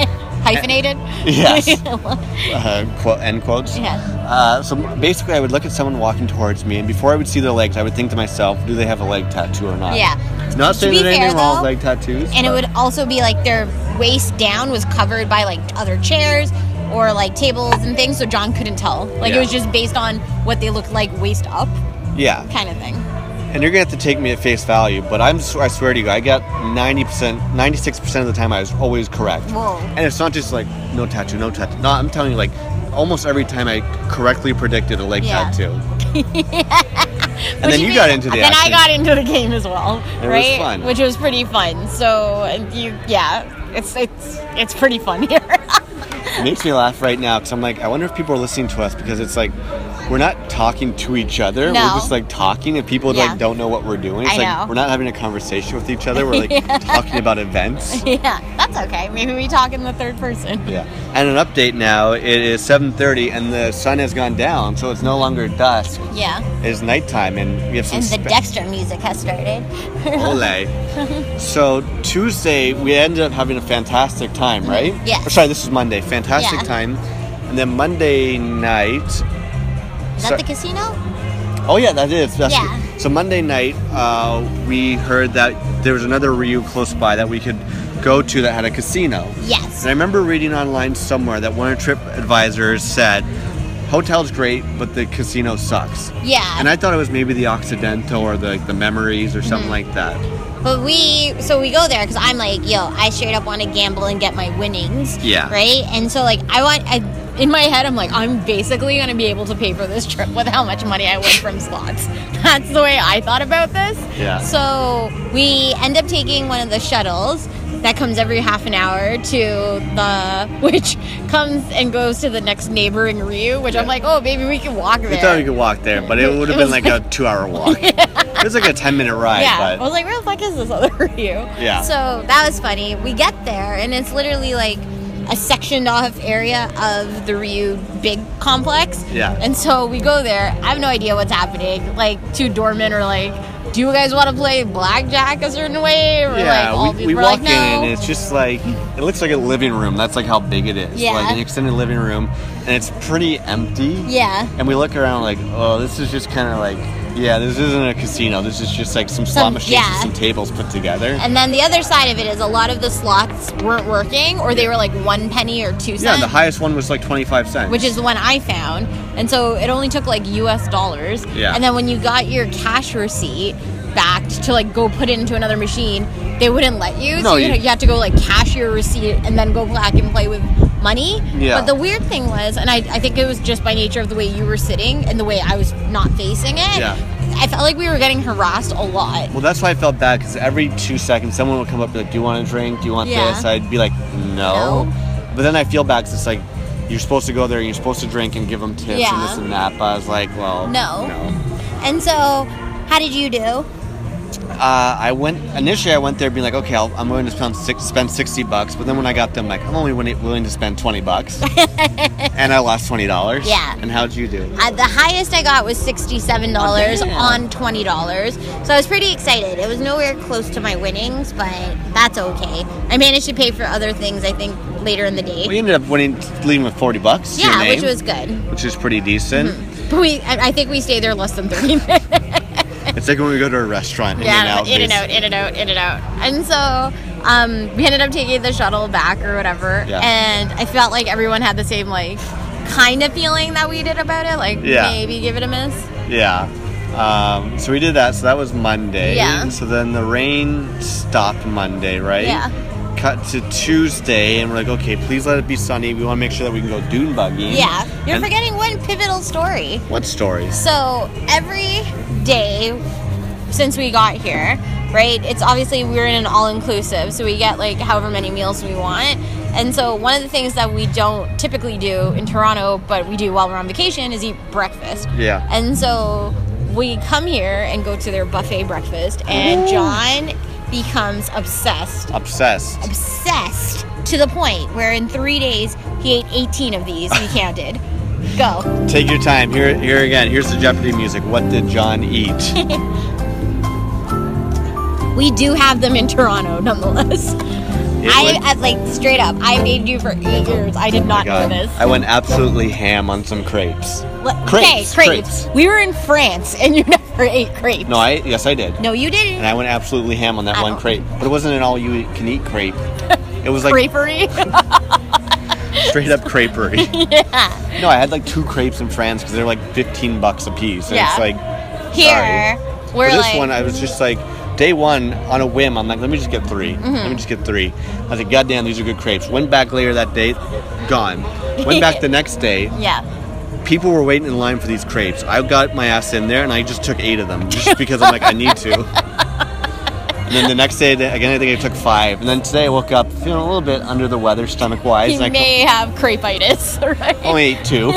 Speaker 6: Hyphenated?
Speaker 5: yes. uh, quote, end quotes.
Speaker 6: Yeah.
Speaker 5: Uh, so basically, I would look at someone walking towards me, and before I would see their legs, I would think to myself, "Do they have a leg tattoo or not?"
Speaker 6: Yeah.
Speaker 5: Not
Speaker 6: To
Speaker 5: saying
Speaker 6: be
Speaker 5: there's anything
Speaker 6: fair,
Speaker 5: wrong with
Speaker 6: though,
Speaker 5: leg tattoos.
Speaker 6: and it
Speaker 5: but-
Speaker 6: would also be like their waist down was covered by like other chairs or like tables and things so john couldn't tell like
Speaker 5: Yeah.
Speaker 6: it was just based on what they looked like waist up
Speaker 5: Yeah.
Speaker 6: kind of thing
Speaker 5: and you're gonna have to take me at face value, but I'm sw- I swear to you, I got 90%, 96% of the time I was always correct.
Speaker 6: Whoa.
Speaker 5: And it's not just like no tattoo, no tattoo. No, I'm telling you, like almost every time I correctly predicted a leg
Speaker 6: Yeah.
Speaker 5: tattoo. and
Speaker 6: Which
Speaker 5: then you
Speaker 6: means-
Speaker 5: got into the
Speaker 6: then
Speaker 5: action.
Speaker 6: i got into the game as well
Speaker 5: It was
Speaker 6: right
Speaker 5: fun.
Speaker 6: which was pretty fun so and you yeah it's it's it's pretty fun here
Speaker 5: It makes me laugh right now because I'm like, I wonder if people are listening to us because it's like we're not talking to each other.
Speaker 6: No.
Speaker 5: We're just like talking, and people
Speaker 6: Yeah.
Speaker 5: like don't know what we're doing. It's
Speaker 6: I
Speaker 5: like
Speaker 6: know.
Speaker 5: we're not having a conversation with each other. We're like talking about events.
Speaker 6: Yeah, that's okay. Maybe we talk in the third person.
Speaker 5: Yeah. And an update now. It is 7:30, and the sun has gone down, so it's no longer dusk.
Speaker 6: Yeah.
Speaker 5: It's nighttime, and we have some.
Speaker 6: And the
Speaker 5: spe-
Speaker 6: Dexter music has started.
Speaker 5: Ole. so Tuesday we ended up having a fantastic time, right?
Speaker 6: Mm-hmm. Yes.
Speaker 5: Or, sorry, this is Monday. Fantastic
Speaker 6: Yeah.
Speaker 5: time. And then Monday night.
Speaker 6: Is
Speaker 5: so-
Speaker 6: that the casino?
Speaker 5: oh yeah, that is. That's
Speaker 6: Yeah.
Speaker 5: So Monday night, uh, we heard that there was another Ryu close by that we could go to that had a casino.
Speaker 6: Yes.
Speaker 5: And I remember reading online somewhere that one of Trip Advisors said, "Hotel's great, but the casino sucks."
Speaker 6: Yeah.
Speaker 5: And I thought it was maybe the Occidental or the, the Memories or
Speaker 6: Mm-hmm.
Speaker 5: something like that.
Speaker 6: But we, so we go there because I'm like, yo, I straight up want to gamble and get my winnings.
Speaker 5: Yeah.
Speaker 6: Right? And so, like, I want, I, in my head, I'm like, I'm basically going to be able to pay for this trip with how much money I win from slots. That's the way I thought about this.
Speaker 5: Yeah.
Speaker 6: So we end up taking one of the shuttles that comes every half an hour to the, which comes and goes to the next neighboring Ryu, which I'm
Speaker 5: Yeah.
Speaker 6: like, oh, baby, we can walk there.
Speaker 5: We thought we could walk there, but it would have been like a two hour walk. It was like a 10 minute ride,
Speaker 6: Yeah. I was
Speaker 5: but
Speaker 6: like, where the fuck is this other Ryu?
Speaker 5: Yeah.
Speaker 6: So that was funny. We get there, and it's literally like a sectioned off area of the Ryu big complex.
Speaker 5: Yeah.
Speaker 6: And so we go there. I have no idea what's happening. Like, two doormen are like, do you guys want to play blackjack a certain way? We're like, all
Speaker 5: yeah, we,
Speaker 6: these-
Speaker 5: we
Speaker 6: we're
Speaker 5: walk
Speaker 6: like,
Speaker 5: in
Speaker 6: no.
Speaker 5: and it's just like, it looks like a living room. That's like how big it is.
Speaker 6: Yeah.
Speaker 5: Like an extended living room, and it's pretty empty.
Speaker 6: yeah.
Speaker 5: And we look around like, oh, this is just kind of like, yeah, this isn't a casino. This is just like some slot
Speaker 6: Some-
Speaker 5: machines
Speaker 6: yeah.
Speaker 5: and some tables put together.
Speaker 6: And then the other side of it is a lot of the slots weren't working, or they were like one penny or two cents.
Speaker 5: yeah, and the highest one was like 25 cents.
Speaker 6: which is the one I found. And so it only took like US dollars.
Speaker 5: Yeah.
Speaker 6: And then when you got your cash receipt back to like go put it into another machine, they wouldn't let you.
Speaker 5: No,
Speaker 6: so you,
Speaker 5: you-
Speaker 6: you had to go like cash your receipt and then go back and play with money.
Speaker 5: Yeah.
Speaker 6: But the weird thing was, and I, I think it was just by nature of the way you were sitting and the way I was not facing it.
Speaker 5: Yeah.
Speaker 6: I felt like we were getting harassed a lot.
Speaker 5: Well, that's why I felt bad because every two seconds someone would come up and be like, "Do you want a drink? Do you want
Speaker 6: Yeah.
Speaker 5: this?" I'd be like, "No,",
Speaker 6: No.
Speaker 5: but then I feel bad because it's like you're supposed to go there and you're supposed to drink and give them tips and
Speaker 6: Yeah.
Speaker 5: this and that. But I was like, "Well,
Speaker 6: No.
Speaker 5: no."
Speaker 6: And so, how did you do?
Speaker 5: Uh, I went initially. I went there being like, "Okay, I'll, I'm willing to spend six, spend sixty bucks," but then when I got them, like, I'm only willing, willing to spend twenty bucks, and I lost twenty dollars.
Speaker 6: Yeah.
Speaker 5: And how'd you do?
Speaker 6: Uh, the highest I got was sixty-seven dollars
Speaker 5: Oh, damn.
Speaker 6: on twenty dollars, so I was pretty excited. It was nowhere close to my winnings, but that's okay. I managed to pay for other things. I think later in the day.
Speaker 5: We ended up winning, leaving with forty bucks. to your
Speaker 6: yeah, which
Speaker 5: name,
Speaker 6: was Mm-hmm. good.
Speaker 5: which is pretty decent.
Speaker 6: But we, I, I think we stayed there less than thirty minutes.
Speaker 5: It's like when we go to a restaurant.
Speaker 6: yeah,
Speaker 5: In-N-Out,
Speaker 6: in and out,
Speaker 5: basically.
Speaker 6: in and out, in and out. And so um, we ended up taking the shuttle back or whatever,
Speaker 5: Yeah.
Speaker 6: and I felt like everyone had the same like kind of feeling that we did about it. Like
Speaker 5: Yeah. Mm-hmm.
Speaker 6: maybe give it a miss.
Speaker 5: Yeah. Um, so we did that. So that was Monday.
Speaker 6: Yeah.
Speaker 5: So then the rain stopped Monday, right?
Speaker 6: Yeah.
Speaker 5: Cut to Tuesday, and we're like, okay, please let it be sunny. We want to make sure that we can go dune bugging.
Speaker 6: Yeah, you're
Speaker 5: And-
Speaker 6: forgetting one pivotal story.
Speaker 5: What stories?
Speaker 6: So every day since we got here, right? It's obviously we're in an all inclusive, so we get like however many meals we want. And so one of the things that we don't typically do in Toronto, but we do while we're on vacation, is eat breakfast.
Speaker 5: Yeah.
Speaker 6: And so we come here and go to their buffet breakfast, and John becomes obsessed
Speaker 5: Obsessed.
Speaker 6: obsessed to the point where in three days he ate 18 of these. He counted. Go.
Speaker 5: Take your time. Here, here again. Here's the Jeopardy music. What did John eat?
Speaker 6: We do have them in Toronto, nonetheless.
Speaker 5: It
Speaker 6: I,
Speaker 5: went-
Speaker 6: I like straight up. I made you for eight years. I did not know
Speaker 5: Oh God,
Speaker 6: this.
Speaker 5: I went absolutely ham on some crepes.
Speaker 6: Le-
Speaker 5: crepes,
Speaker 6: okay,
Speaker 5: crepes.
Speaker 6: crepes. We were in France, and you never ate crepes.
Speaker 5: No, I yes I did.
Speaker 6: No, you didn't.
Speaker 5: And I went absolutely ham on that
Speaker 6: I
Speaker 5: one
Speaker 6: don't-
Speaker 5: crepe. But it wasn't an all-you-can-eat crepe. It was like
Speaker 6: Crepery.
Speaker 5: straight up crepery.
Speaker 6: yeah.
Speaker 5: No, I had like two crepes in France because they're like 15 bucks a piece. And it's
Speaker 6: Yeah.
Speaker 5: like,
Speaker 6: Here,
Speaker 5: for
Speaker 6: we're
Speaker 5: this
Speaker 6: like.
Speaker 5: one, I was just like, day one, on a whim, I'm like, let me just get 3
Speaker 6: Mm-hmm.
Speaker 5: Let me just get three. I was like, God damn, these are good crepes. Went back later that day, gone. Went back the next day,
Speaker 6: yeah.
Speaker 5: people were waiting in line for these crepes. I got my ass in there and I just took eight of them just because I'm like, I need to. And then the next day, again, I think I took five. And then today I woke up feeling a little bit under the weather, stomach wise.
Speaker 6: He
Speaker 5: and "Oh, I
Speaker 6: may have crepeitis, right?
Speaker 5: only ate two.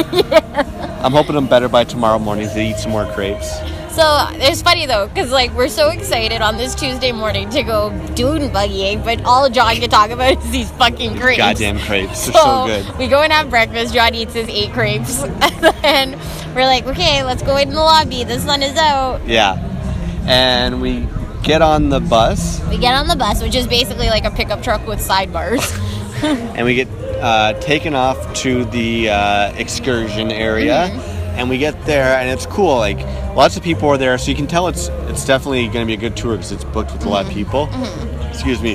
Speaker 5: I'm hoping I'm better by tomorrow morning to eat some more crepes.
Speaker 6: So it's funny though, because like we're so excited on this Tuesday morning to go dune buggying, but all John can talk about is these fucking grapes.
Speaker 5: Goddamn crepes. They're so good.
Speaker 6: We go and have breakfast. John eats his eight crepes, and then we're like, okay, let's go wait in the lobby. The sun is out.
Speaker 5: Yeah. And we get on the bus
Speaker 6: We get on the bus, which is basically like a pickup truck with sidebars.
Speaker 5: and we get uh, taken off to the uh, excursion area.
Speaker 6: Mm-hmm.
Speaker 5: And we get there, and it's cool. Like lots of people are there, so you can tell it's it's definitely going to be a good tour because it's booked with a
Speaker 6: Mm-hmm.
Speaker 5: lot of people. Excuse me.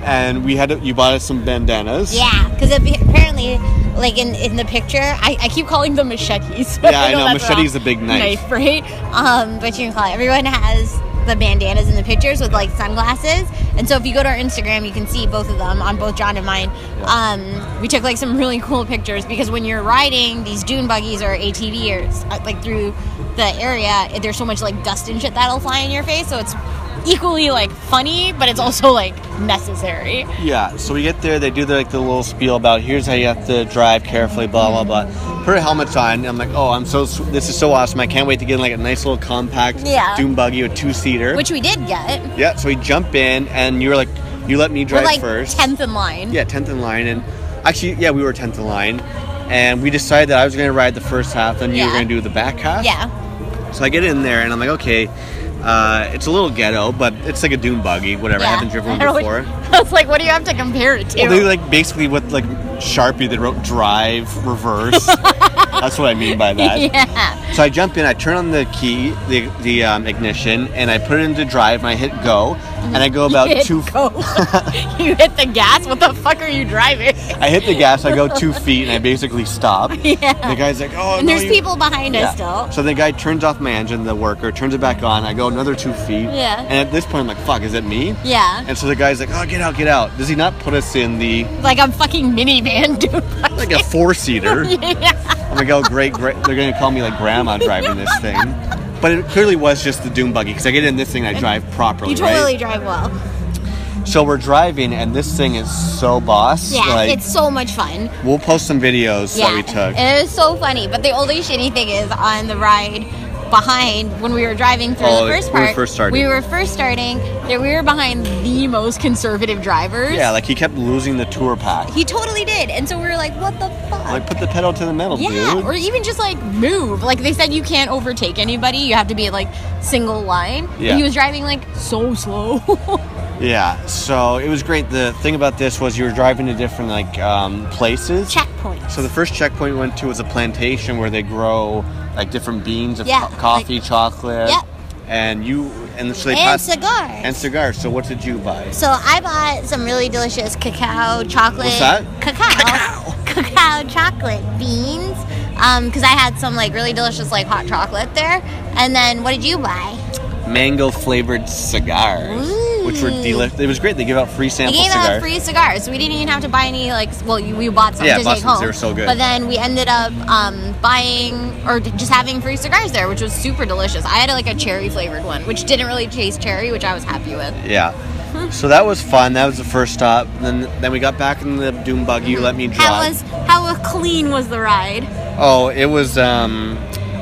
Speaker 5: And we had to, you bought us some bandanas.
Speaker 6: yeah, because apparently, like in, in the picture, I, I keep calling them machetes.
Speaker 5: Yeah, I know,
Speaker 6: that's
Speaker 5: machete
Speaker 6: wrong.
Speaker 5: is a big knife.
Speaker 6: Knife, right? Um, but you can call it. Everyone has the bandanas in the pictures with like sunglasses, and so if you go to our Instagram, you can see both of them on both John and mine. Um, we took like some really cool pictures because when you're riding these dune buggies or ATVs, like through the area, there's so much like dust and shit that'll fly in your face, so it's equally like funny, but it's also like necessary.
Speaker 5: Yeah, so we get there, they do the, like the little spiel about here's how you have to drive carefully, blah blah blah. Put her helmets on. And I'm like, oh, I'm so s- this is so awesome. I can't wait to get in like a nice little compact
Speaker 6: Yeah.
Speaker 5: dune buggy with two seater.
Speaker 6: Which we did get.
Speaker 5: yeah, so we jump in, and you were like, you let me
Speaker 6: We're
Speaker 5: drive
Speaker 6: like
Speaker 5: first.
Speaker 6: tenth in line.
Speaker 5: Yeah, tenth in line, and actually, yeah, we were tenth in line, and we decided that I was going to ride the first half, and you were
Speaker 6: Yeah.
Speaker 5: going to do the back half.
Speaker 6: Yeah.
Speaker 5: So I get in there, and I'm like, okay. Uh, it's a little ghetto, but it's like a dune buggy, whatever. I
Speaker 6: yeah.
Speaker 5: haven't driven
Speaker 6: I
Speaker 5: one
Speaker 6: don't know
Speaker 5: before.
Speaker 6: what- I was like, what do you have to compare it to?
Speaker 5: Well, they like basically with like Sharpie that wrote drive reverse. That's what I mean by that.
Speaker 6: yeah.
Speaker 5: So I jump in, I turn on the key, the the um, ignition, and I put it into drive, and I hit go, and I go about
Speaker 6: Hit
Speaker 5: two.
Speaker 6: go. you hit the gas. What the fuck are you driving?
Speaker 5: I hit the gas, I go two feet, and I basically stop.
Speaker 6: Yeah.
Speaker 5: The guy's like, oh,
Speaker 6: and
Speaker 5: no,
Speaker 6: there's
Speaker 5: you-"
Speaker 6: people behind
Speaker 5: Yeah.
Speaker 6: us still.
Speaker 5: So the guy turns off my engine, the worker turns it back on. I go another two feet.
Speaker 6: Yeah.
Speaker 5: And at this point, I'm like, "Fuck, is it me?"
Speaker 6: Yeah.
Speaker 5: And so the guy's like, "Oh, get out, get out!" Does he not put us in the
Speaker 6: like I'm fucking minivan, dude.
Speaker 5: like a four seater?
Speaker 6: yeah.
Speaker 5: I'm like, oh, great, great. They're going to call me like grandma driving this thing. But it clearly was just the Doom Buggy because I get in this thing and I drive properly,
Speaker 6: You totally
Speaker 5: right?
Speaker 6: drive well.
Speaker 5: So we're driving and this thing is so boss.
Speaker 6: Yeah,
Speaker 5: like,
Speaker 6: it's so much fun.
Speaker 5: We'll post some videos
Speaker 6: Yeah,
Speaker 5: that we took.
Speaker 6: And it was so funny. But the only shitty thing is on the ride behind when we were driving through
Speaker 5: Oh,
Speaker 6: the first
Speaker 5: when
Speaker 6: part.
Speaker 5: we first started.
Speaker 6: we were first starting. That we were behind the most conservative drivers.
Speaker 5: yeah, like he kept losing the tour pack.
Speaker 6: he totally did. And so we were like, what the fuck?
Speaker 5: like, put the pedal to the metal,
Speaker 6: yeah,
Speaker 5: dude.
Speaker 6: or even just like move. Like they said, you can't overtake anybody. You have to be at like single line. But
Speaker 5: Yeah.
Speaker 6: He was driving like so slow.
Speaker 5: yeah, so it was great. The thing about this was you were driving to different like um, places.
Speaker 6: Checkpoint.
Speaker 5: So the first checkpoint we went to was a plantation where they grow like different beans of
Speaker 6: Yeah,
Speaker 5: co- coffee, chocolate,
Speaker 6: Yep.
Speaker 5: and you and so they
Speaker 6: and
Speaker 5: passed-
Speaker 6: cigars.
Speaker 5: and cigars. So what did you buy?
Speaker 6: So I bought some really delicious cacao chocolate.
Speaker 5: What's that?
Speaker 6: Cacao. Cacao, chocolate beans. Um, because I had some like really delicious like hot chocolate there. And then what did you buy?
Speaker 5: Mango flavored cigars, which were
Speaker 6: Ooh.
Speaker 5: delicious. It was great. They give out free
Speaker 6: They
Speaker 5: sample
Speaker 6: gave out
Speaker 5: cigars.
Speaker 6: free cigars, so we didn't even have to buy any. Like, well, you, we bought some
Speaker 5: Yeah,
Speaker 6: to
Speaker 5: bought
Speaker 6: take
Speaker 5: some,
Speaker 6: home.
Speaker 5: they were so good.
Speaker 6: But then we ended up um, buying or d- just having free cigars there, which was super delicious. I had like a cherry flavored one, which didn't really taste cherry, which I was happy with.
Speaker 5: yeah. So that was fun. That was the first stop. Then then we got back in the doom buggy. You let me drive.
Speaker 6: Mm-hmm. How was how clean was the ride?
Speaker 5: oh, it was um,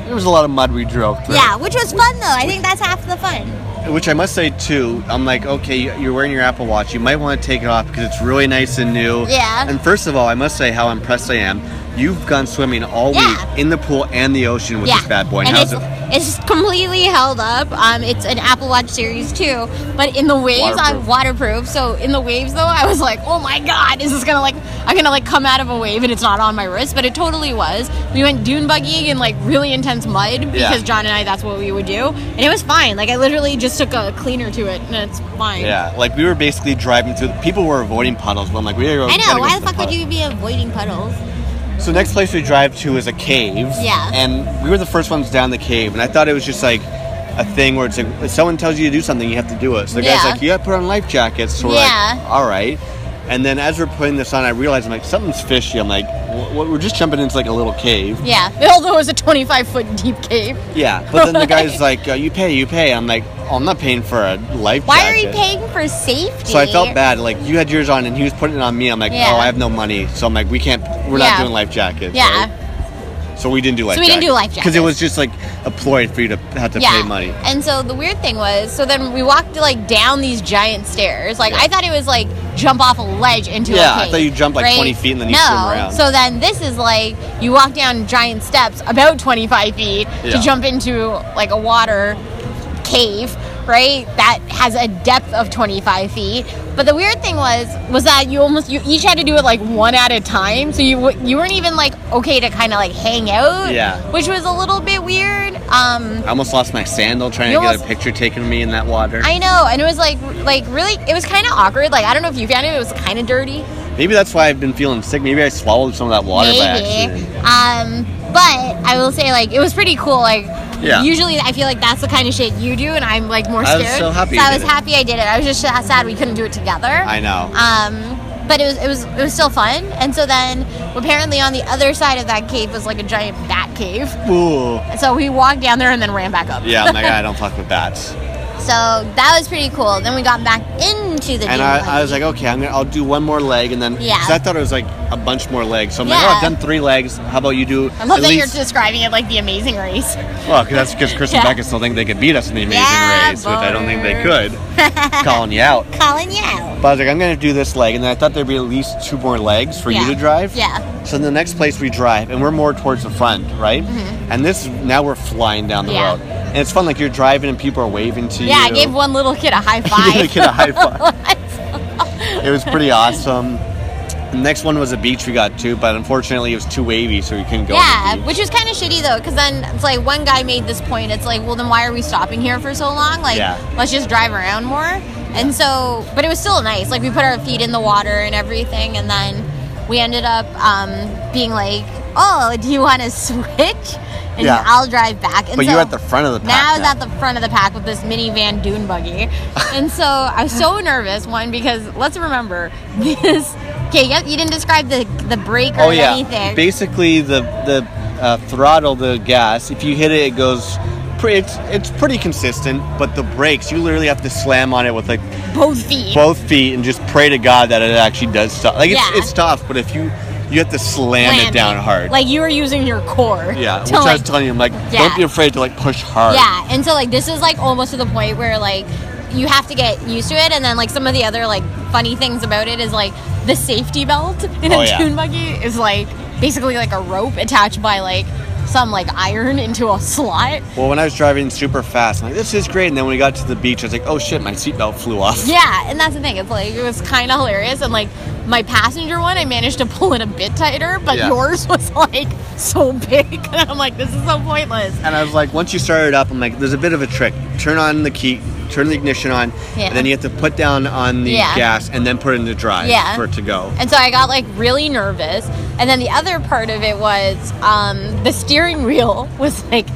Speaker 5: there was a lot of mud we drove through.
Speaker 6: Yeah, which was fun though. I think that's half the fun.
Speaker 5: Which I must say too, I'm like, okay, you- you're wearing your Apple Watch. You might want to take it off because it's really nice and new.
Speaker 6: Yeah.
Speaker 5: And first of all, I must say how impressed I am. You've gone swimming all
Speaker 6: Yeah.
Speaker 5: week in the pool and the ocean with
Speaker 6: yeah,
Speaker 5: this bad boy.
Speaker 6: and
Speaker 5: How's it?
Speaker 6: it's, it's completely held up. Um, it's an Apple Watch Series too, but in the waves, I'm
Speaker 5: Waterproof.
Speaker 6: waterproof. So in the waves though, I was like, oh my god, is this gonna like I'm gonna like come out of a wave and it's not on my wrist? But it totally was. We went dune buggying in like really intense mud because John and I that's what we would do, and it was fine. Like I literally just took a cleaner to it, and it's fine.
Speaker 5: Yeah, like we were basically driving through. People were avoiding puddles, but I'm like, we gotta go.
Speaker 6: I
Speaker 5: gotta
Speaker 6: know.
Speaker 5: go
Speaker 6: Why
Speaker 5: to
Speaker 6: the fuck would
Speaker 5: puddle.
Speaker 6: you be avoiding puddles?
Speaker 5: So next place we drive to is a cave.
Speaker 6: Yeah.
Speaker 5: And we were the first ones down the cave, and I thought it was just like a thing where it's like if someone tells you to do something, you have to do it. So the guy's
Speaker 6: Yeah.
Speaker 5: like, "You got to put on life jackets." So we're
Speaker 6: Yeah.
Speaker 5: like, "All right." And then as we're putting this on, I realize I'm like, something's fishy. I'm like, "Wh- wh- we're just jumping into like a little cave.
Speaker 6: Yeah, although it was a 25 foot deep cave.
Speaker 5: Yeah. But then the guy's like, uh, you pay, you pay. I'm like, oh, I'm not paying for a life
Speaker 6: Why
Speaker 5: jacket.
Speaker 6: are you paying for safety?
Speaker 5: So I felt bad. Like you had yours on, and he was putting it on me. I'm like,
Speaker 6: Yeah.
Speaker 5: oh, I have no money. So I'm like, we can't. We're
Speaker 6: Yeah.
Speaker 5: not doing life jackets.
Speaker 6: Yeah.
Speaker 5: right? So we didn't do life
Speaker 6: So we didn't do life
Speaker 5: Because it
Speaker 6: jackets.
Speaker 5: was just like a ploy for you to have to
Speaker 6: yeah.
Speaker 5: pay money.
Speaker 6: And so the weird thing was, so then we walked like down these giant stairs. Like
Speaker 5: Yeah.
Speaker 6: I thought it was like jump off a ledge into
Speaker 5: Yeah,
Speaker 6: a
Speaker 5: I
Speaker 6: cave.
Speaker 5: thought you jumped, like,
Speaker 6: right?
Speaker 5: 20 feet and then you
Speaker 6: no.
Speaker 5: swim around.
Speaker 6: So then this is like you walk down giant steps about 25 feet
Speaker 5: Yeah.
Speaker 6: to jump into like a water cave, right? That has a depth of 25 feet. But the weird thing was was that you almost you each had to do it like one at a time. So you w- you weren't even like okay to kind of like hang out.
Speaker 5: Yeah.
Speaker 6: Which was a little bit weird. Um
Speaker 5: I almost lost my sandal trying
Speaker 6: You
Speaker 5: to get a
Speaker 6: almost-
Speaker 5: picture taken of me in that water.
Speaker 6: I know, and it was like, like really, it was kind of awkward. Like I don't know if you found it, it was kind of dirty,
Speaker 5: Maybe that's why I've been feeling sick. Maybe I swallowed some of that water by
Speaker 6: maybe.
Speaker 5: accident.
Speaker 6: Um, but I will say, like, it was pretty cool. Like,
Speaker 5: Yeah.
Speaker 6: usually I feel like that's the kind of shit you do, and I'm like more
Speaker 5: I
Speaker 6: scared.
Speaker 5: was so happy you
Speaker 6: I
Speaker 5: did
Speaker 6: was
Speaker 5: it.
Speaker 6: happy I did it. I was just sa- sad we couldn't do it together.
Speaker 5: I know.
Speaker 6: Um, but it was it was it was still fun. And so then apparently on the other side of that cave was like a giant bat cave.
Speaker 5: Ooh.
Speaker 6: So we walked down there and then ran back up.
Speaker 5: Yeah, I'm like, I don't fuck with bats.
Speaker 6: So that was pretty cool. Then we got back into the.
Speaker 5: And
Speaker 6: dune
Speaker 5: I, I
Speaker 6: buggy.
Speaker 5: was like, okay, I'm gonna, I'll do one more leg, and then
Speaker 6: Yeah.
Speaker 5: 'cause I thought it was like a bunch more legs. So I'm like, oh,
Speaker 6: Yeah.
Speaker 5: I've done three legs. How about you do?
Speaker 6: I love
Speaker 5: at
Speaker 6: that
Speaker 5: least,
Speaker 6: you're describing it like the Amazing Race.
Speaker 5: Well, 'cause that's because Chris and
Speaker 6: Yeah.
Speaker 5: Becca still think they could beat us in the Amazing
Speaker 6: Yeah,
Speaker 5: Race, which I don't think they
Speaker 6: bummer.
Speaker 5: could. Calling you out.
Speaker 6: Calling you out.
Speaker 5: But I was like, I'm gonna do this leg, and then I thought there'd be at least two more legs for
Speaker 6: Yeah.
Speaker 5: you to drive.
Speaker 6: Yeah.
Speaker 5: So the next place we drive, and we're more towards the front, right? And this now we're flying down the
Speaker 6: Mm-hmm. Yeah.
Speaker 5: road, and it's fun. Like you're driving, and people are waving to
Speaker 6: Yeah,
Speaker 5: you.
Speaker 6: I gave one little kid a high
Speaker 5: You gave the
Speaker 6: five.
Speaker 5: kid a high five. it was pretty awesome. The next one was a beach we got to, but unfortunately it was too wavy, so we couldn't go. on the
Speaker 6: yeah,
Speaker 5: beach.
Speaker 6: which was kind of shitty though, because then it's like one guy made this point. It's like, well, then why are we stopping here for so long? Like,
Speaker 5: Yeah.
Speaker 6: let's just drive around more. And so, but it was still nice. Like we put our feet in the water and everything, and then we ended up um, being like, oh, do you want to switch? And
Speaker 5: Yeah.
Speaker 6: I'll drive back. And
Speaker 5: but
Speaker 6: so,
Speaker 5: you're at the front of the pack.
Speaker 6: now I was at the front of the pack with this minivan dune buggy. and so I was so nervous, one, because let's remember this. Okay, yep, you didn't describe the, the brake or
Speaker 5: oh yeah.
Speaker 6: anything.
Speaker 5: Basically, the the uh, throttle, the gas. If you hit it, it goes. Pretty, it's it's pretty consistent, but the brakes you literally have to slam on it with like
Speaker 6: Both feet.
Speaker 5: both feet and just pray to God that it actually does stop. Like it's,
Speaker 6: Yeah.
Speaker 5: it's tough, but if you you have to slam,
Speaker 6: landing.
Speaker 5: it down hard.
Speaker 6: Like you were using your core.
Speaker 5: yeah,
Speaker 6: to,
Speaker 5: which I
Speaker 6: like,
Speaker 5: was telling you, I'm like,
Speaker 6: Yeah.
Speaker 5: don't be afraid to like push hard.
Speaker 6: Yeah, and so like this is like almost to the point where like you have to get used to it, and then like some of the other like funny things about it is like the safety belt in
Speaker 5: Oh,
Speaker 6: a
Speaker 5: yeah.
Speaker 6: dune buggy is like basically like a rope attached by like some like iron into a slot.
Speaker 5: Well, when I was driving super fast, I'm like, this is great. And then when we got to the beach, I was like, oh shit, my seatbelt flew off.
Speaker 6: Yeah, and that's the thing. It's like it was kind of hilarious, and like my passenger one, I managed to pull it a bit tighter, but
Speaker 5: Yeah.
Speaker 6: yours was like so big, and I'm like, this is so pointless.
Speaker 5: And I was like, once you start it up, I'm like, there's a bit of a trick. Turn on the key, turn the ignition on,
Speaker 6: Yeah.
Speaker 5: and then you have to put down on the
Speaker 6: Yeah.
Speaker 5: gas and then put it into drive
Speaker 6: Yeah.
Speaker 5: for it to go.
Speaker 6: And so I got like really nervous. And then the other part of it was um, the steering wheel was like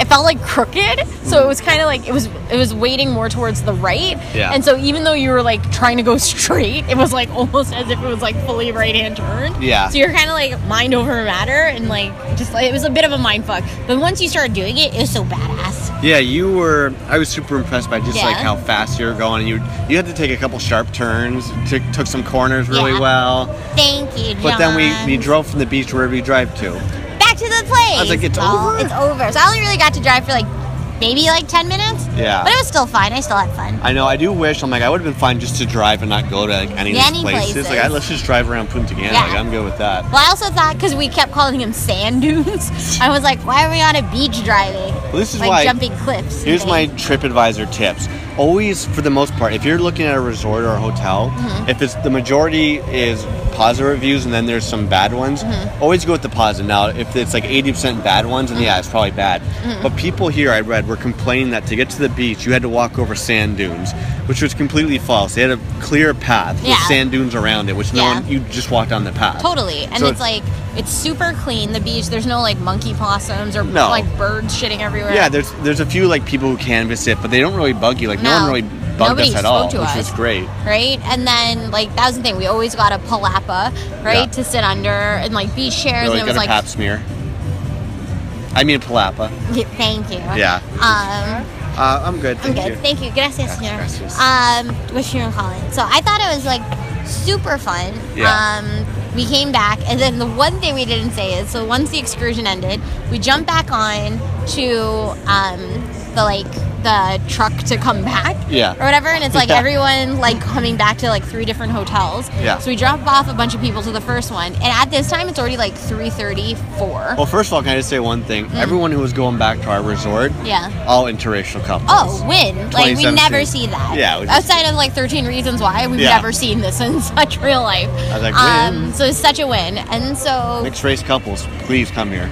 Speaker 6: it felt like crooked. So it was kind of like it was it was weighting more towards the right.
Speaker 5: Yeah.
Speaker 6: And so even though you were like trying to go straight, it was like almost as if it was like fully right hand turn.
Speaker 5: Yeah.
Speaker 6: So you're kind of like mind over matter and like just like, it was a bit of a mind fuck. But once you started doing it, it was so badass.
Speaker 5: Yeah, you were. I was super impressed by just
Speaker 6: Yeah.
Speaker 5: like how fast you were going. You you had to take a couple sharp turns, took took some corners really
Speaker 6: Yeah.
Speaker 5: well.
Speaker 6: Thank you, John.
Speaker 5: But then we, we drove from the beach to wherever we drive to.
Speaker 6: back to the place.
Speaker 5: I was like, it's
Speaker 6: Well,
Speaker 5: over?
Speaker 6: It's over. So I only really got to drive for like maybe like ten minutes.
Speaker 5: Yeah.
Speaker 6: But it was still fine. I still had fun.
Speaker 5: I know. I do wish. I'm like, I would have been fine just to drive and not go to like any of
Speaker 6: Any
Speaker 5: these places.
Speaker 6: places.
Speaker 5: Like, I, let's just drive around Punta Cana.
Speaker 6: Yeah.
Speaker 5: Like, I'm good with that.
Speaker 6: Well, I also thought because we kept calling them sand dunes, I was like, why are we on a beach driving?
Speaker 5: Well, this is
Speaker 6: like
Speaker 5: why-
Speaker 6: jumping cliffs. and
Speaker 5: Here's my
Speaker 6: things.
Speaker 5: TripAdvisor tips. Always, for the most part, if you're looking at a resort or a hotel,
Speaker 6: Mm-hmm.
Speaker 5: if it's the majority is positive reviews and then there's some bad ones,
Speaker 6: Mm-hmm.
Speaker 5: always go with the positive. Now, if it's like 80% bad ones, then
Speaker 6: Mm-hmm.
Speaker 5: yeah, it's probably bad. But people here, I read, were complaining that to get to the beach, you had to walk over sand dunes, which was completely false. They had a clear path with
Speaker 6: Yeah.
Speaker 5: sand dunes around it, which no
Speaker 6: Yeah.
Speaker 5: one, you just walked on the path.
Speaker 6: totally. And
Speaker 5: So
Speaker 6: it's like it's super clean. The beach. There's no like monkey possums or
Speaker 5: No.
Speaker 6: like birds shitting everywhere.
Speaker 5: Yeah, there's there's a few like people who canvass it, but they don't really bug you. Like no,
Speaker 6: No.
Speaker 5: one really bugged
Speaker 6: Nobody
Speaker 5: us at
Speaker 6: spoke
Speaker 5: all,
Speaker 6: to
Speaker 5: which
Speaker 6: us.
Speaker 5: was great.
Speaker 6: right? And then like that was the thing. We always got a palapa, right,
Speaker 5: Yeah.
Speaker 6: to sit under and like beach chairs.
Speaker 5: Really
Speaker 6: and
Speaker 5: good
Speaker 6: it was
Speaker 5: at
Speaker 6: like
Speaker 5: pap smear. I mean palapa.
Speaker 6: Thank you.
Speaker 5: Yeah.
Speaker 6: Um,
Speaker 5: Uh, I'm good.
Speaker 6: I'm
Speaker 5: Thank
Speaker 6: good.
Speaker 5: you.
Speaker 6: Thank you. Gracias,
Speaker 5: Yes,
Speaker 6: señor.
Speaker 5: gracias.
Speaker 6: Um, what you gonna call it? So I thought it was like super fun.
Speaker 5: Yeah.
Speaker 6: Um, We came back, and then the one thing we didn't say is so once the excursion ended, we jumped back on to um, the like the truck to come back,
Speaker 5: Yeah.
Speaker 6: or whatever. And it's like
Speaker 5: Yeah.
Speaker 6: everyone like coming back to like three different hotels.
Speaker 5: Yeah.
Speaker 6: So we drop off a bunch of people to the first one, and at this time it's already like three thirty four.
Speaker 5: Well, first of all, can I just say one thing? Everyone who was going back to our resort,
Speaker 6: Mm. Yeah.
Speaker 5: all interracial couples.
Speaker 6: Oh, win! Like we
Speaker 5: 2017.
Speaker 6: never see that.
Speaker 5: Yeah, we just-
Speaker 6: Outside of like 13 Reasons Why, we've
Speaker 5: Yeah.
Speaker 6: never seen this in such real life. Um,
Speaker 5: I was like, win.
Speaker 6: so it's such a win, and so
Speaker 5: Mixed race couples, please come here.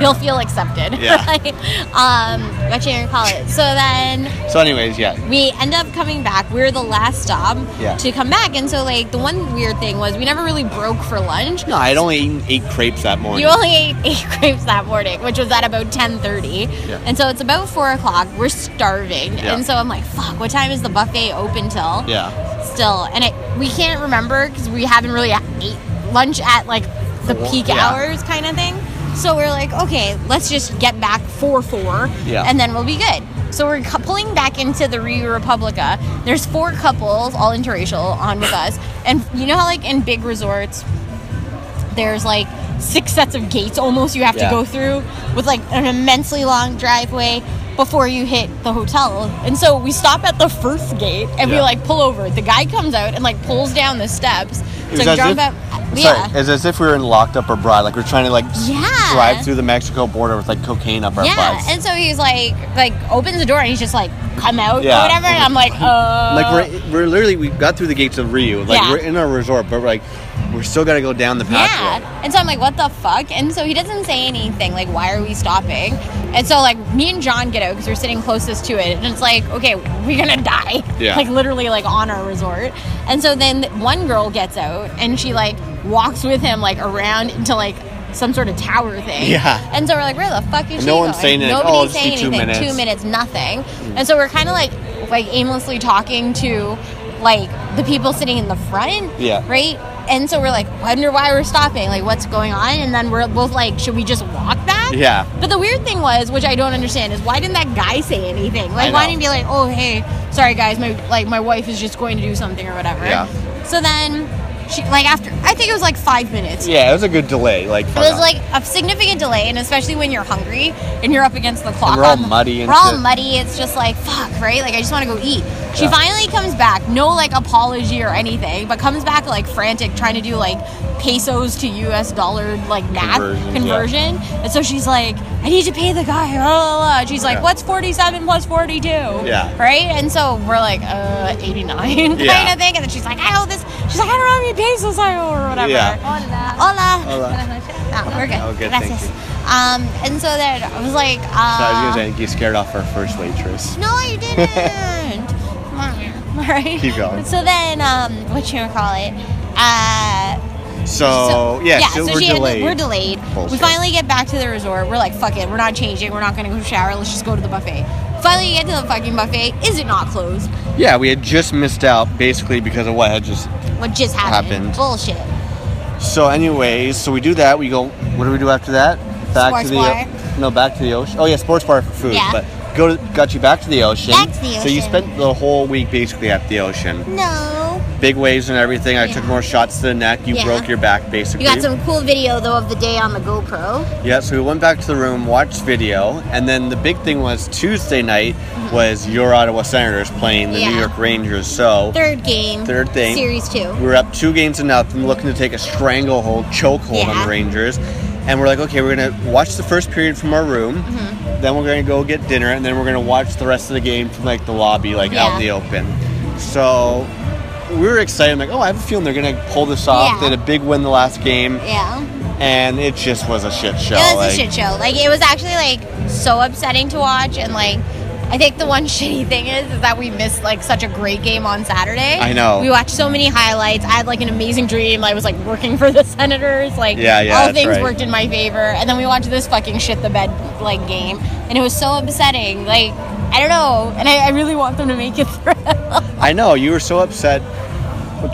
Speaker 6: you'll feel accepted.
Speaker 5: Yeah.
Speaker 6: um, I can't recall it. So then
Speaker 5: So, anyways, yeah,
Speaker 6: we end up coming back. We're the last stop
Speaker 5: Yeah.
Speaker 6: to come back, and so like the one weird thing was we never really broke for lunch.
Speaker 5: No, I'd only eaten eight crepes that morning.
Speaker 6: You only ate eight grapes that morning, which was at about ten thirty,
Speaker 5: Yeah.
Speaker 6: and so it's about four o'clock. We're starving,
Speaker 5: Yeah.
Speaker 6: and so I'm like, "Fuck! What time is the buffet open till?"
Speaker 5: yeah.
Speaker 6: Still, and I, we can't remember because we haven't really ate lunch at like the
Speaker 5: Four-
Speaker 6: peak
Speaker 5: yeah.
Speaker 6: hours kind of thing. So we're like, "Okay, let's just get back for four,
Speaker 5: Yeah.
Speaker 6: and then we'll be good." So we're cu- pulling back into the Rio Republica. There's four couples, all interracial, on with us, and you know how like in big resorts there's like six sets of gates almost you have
Speaker 5: Yeah.
Speaker 6: to go through with like an immensely long driveway before you hit the hotel. And so we stop at the first gate and we
Speaker 5: Yeah.
Speaker 6: like pull over. The guy comes out and like pulls down the steps.
Speaker 5: It was
Speaker 6: So like
Speaker 5: as
Speaker 6: jump
Speaker 5: if-
Speaker 6: up.
Speaker 5: Sorry,
Speaker 6: Yeah.
Speaker 5: it's as if we were in locked up or broad. Like we're trying to like s-
Speaker 6: Yeah.
Speaker 5: drive through the Mexico border with like cocaine up our
Speaker 6: Yeah.
Speaker 5: butts.
Speaker 6: And so he's like like opens the door and he's just like come out
Speaker 5: Yeah.
Speaker 6: or whatever and I'm like uh
Speaker 5: like we're, we're literally we got through the gates of Rio. Like
Speaker 6: Yeah.
Speaker 5: we're in our resort, but we're like we're still gotta go down the pathway.
Speaker 6: Yeah. And so I'm like, what the fuck? And so he doesn't say anything. Like, why are we stopping? And so, like, me and John get out because we're sitting closest to it. And it's like, okay, we're going to die.
Speaker 5: Yeah.
Speaker 6: Like, literally, like, on our resort. And so then one girl gets out and she, like, walks with him, like, around into, like, some sort of tower thing.
Speaker 5: Yeah.
Speaker 6: And so we're like, where the fuck is she
Speaker 5: No one's
Speaker 6: going?
Speaker 5: saying it.
Speaker 6: Nobody's
Speaker 5: Oh, it's
Speaker 6: saying
Speaker 5: just two
Speaker 6: anything.
Speaker 5: minutes.
Speaker 6: Two minutes, nothing. And so we're kind of like, like aimlessly talking to, like, the people sitting in the front.
Speaker 5: Yeah.
Speaker 6: Right right? And so we're like, wonder why we're stopping, like what's going on? And then we're both like, should we just walk back?
Speaker 5: Yeah.
Speaker 6: But the weird thing was, which I don't understand, is why didn't that guy say anything?
Speaker 5: I
Speaker 6: Like, why
Speaker 5: know.
Speaker 6: didn't he be like, oh hey, sorry guys, my like my wife is just going to do something or whatever.
Speaker 5: Yeah.
Speaker 6: So then she like after I think it was like five minutes.
Speaker 5: Yeah, it was a good delay. Like
Speaker 6: It was like a significant delay, and especially when you're hungry and you're up against the clock.
Speaker 5: we're all
Speaker 6: on the-
Speaker 5: muddy and
Speaker 6: we're all
Speaker 5: shit.
Speaker 6: muddy. It's just like fuck, right? Like I just want to go eat. She
Speaker 5: Yeah.
Speaker 6: finally comes back, no like apology or anything, but comes back like frantic, trying to do like pesos to U.S. dollar like math
Speaker 5: Conversion, yeah.
Speaker 6: conversion. And so she's like, I need to pay the guy. Blah, blah, blah. And She's like,
Speaker 5: Yeah.
Speaker 6: what's forty-seven plus forty-two?
Speaker 5: Yeah.
Speaker 6: Right. And so we're like, uh, eighty-nine
Speaker 5: Yeah.
Speaker 6: kind of thing. And then she's like, I owe this. She's like, I don't know how many pesos I owe or whatever.
Speaker 5: Yeah.
Speaker 6: Hola.
Speaker 5: Hola.
Speaker 6: No, we're good.
Speaker 5: Oh, good, thank
Speaker 6: Gracias.
Speaker 5: you.
Speaker 6: Um, and so then I was like,
Speaker 5: so I was
Speaker 6: uh,
Speaker 5: gonna say you scared off our first waitress.
Speaker 6: no, you didn't. All right.
Speaker 5: Keep going.
Speaker 6: So then, um, what you gonna call it? Uh,
Speaker 5: So, Oh, yeah, so, we're,
Speaker 6: she had-
Speaker 5: delayed.
Speaker 6: we're delayed. We
Speaker 5: Bullshit.
Speaker 6: finally get back to the resort. We're like, fuck it, we're not changing. We're not gonna go shower. Let's just go to the buffet. Finally, you get to the fucking buffet. Is it not closed?
Speaker 5: Yeah, we had just missed out basically because of what had just
Speaker 6: What just happened?
Speaker 5: Happened.
Speaker 6: Bullshit.
Speaker 5: So, anyways, so we do that. We go. What do we do after that? Back
Speaker 6: Sports
Speaker 5: to the
Speaker 6: bar.
Speaker 5: no, back to the ocean. Oh yeah, sports bar for food.
Speaker 6: Yeah.
Speaker 5: But go to, got you back to the ocean.
Speaker 6: Back to the
Speaker 5: So you
Speaker 6: ocean.
Speaker 5: spent the whole week basically at the ocean.
Speaker 6: No.
Speaker 5: Big waves and everything. I took
Speaker 6: Yeah.
Speaker 5: more shots to the neck. You
Speaker 6: Yeah.
Speaker 5: broke your back basically.
Speaker 6: You got some cool video though of the day on the GoPro.
Speaker 5: Yeah. So we went back to the room, watched video, and then the big thing was Tuesday night was your Ottawa Senators playing the New
Speaker 6: Mm-hmm. Yeah.
Speaker 5: York Rangers. So
Speaker 6: Third game.
Speaker 5: Third thing.
Speaker 6: Series two.
Speaker 5: We were up two games to nothing, looking to take a stranglehold, chokehold on
Speaker 6: Yeah.
Speaker 5: the Rangers. And we're like, okay, we're gonna watch the first period from our room,
Speaker 6: Mm-hmm.
Speaker 5: then we're gonna go get dinner, and then we're gonna watch the rest of the game from like the lobby, like out in the
Speaker 6: Yeah.
Speaker 5: open. So we were excited, like, oh, I have a feeling they're gonna pull this off.
Speaker 6: Yeah.
Speaker 5: They had a big win the last game,
Speaker 6: Yeah.
Speaker 5: and it just was a shit show.
Speaker 6: It was
Speaker 5: like-
Speaker 6: a shit show. Like it was actually like so upsetting to watch, and like I think the one shitty thing is, is that we missed like such a great game on Saturday.
Speaker 5: I know.
Speaker 6: We watched so many highlights. I had like an amazing dream. I was like working for the Senators. Like
Speaker 5: Yeah, yeah,
Speaker 6: all
Speaker 5: that's
Speaker 6: things
Speaker 5: right.
Speaker 6: worked in my favor. And then we watched this fucking shit the bed like game, and it was so upsetting. Like I don't know, and I, I really want them to make it through.
Speaker 5: I know you were so upset.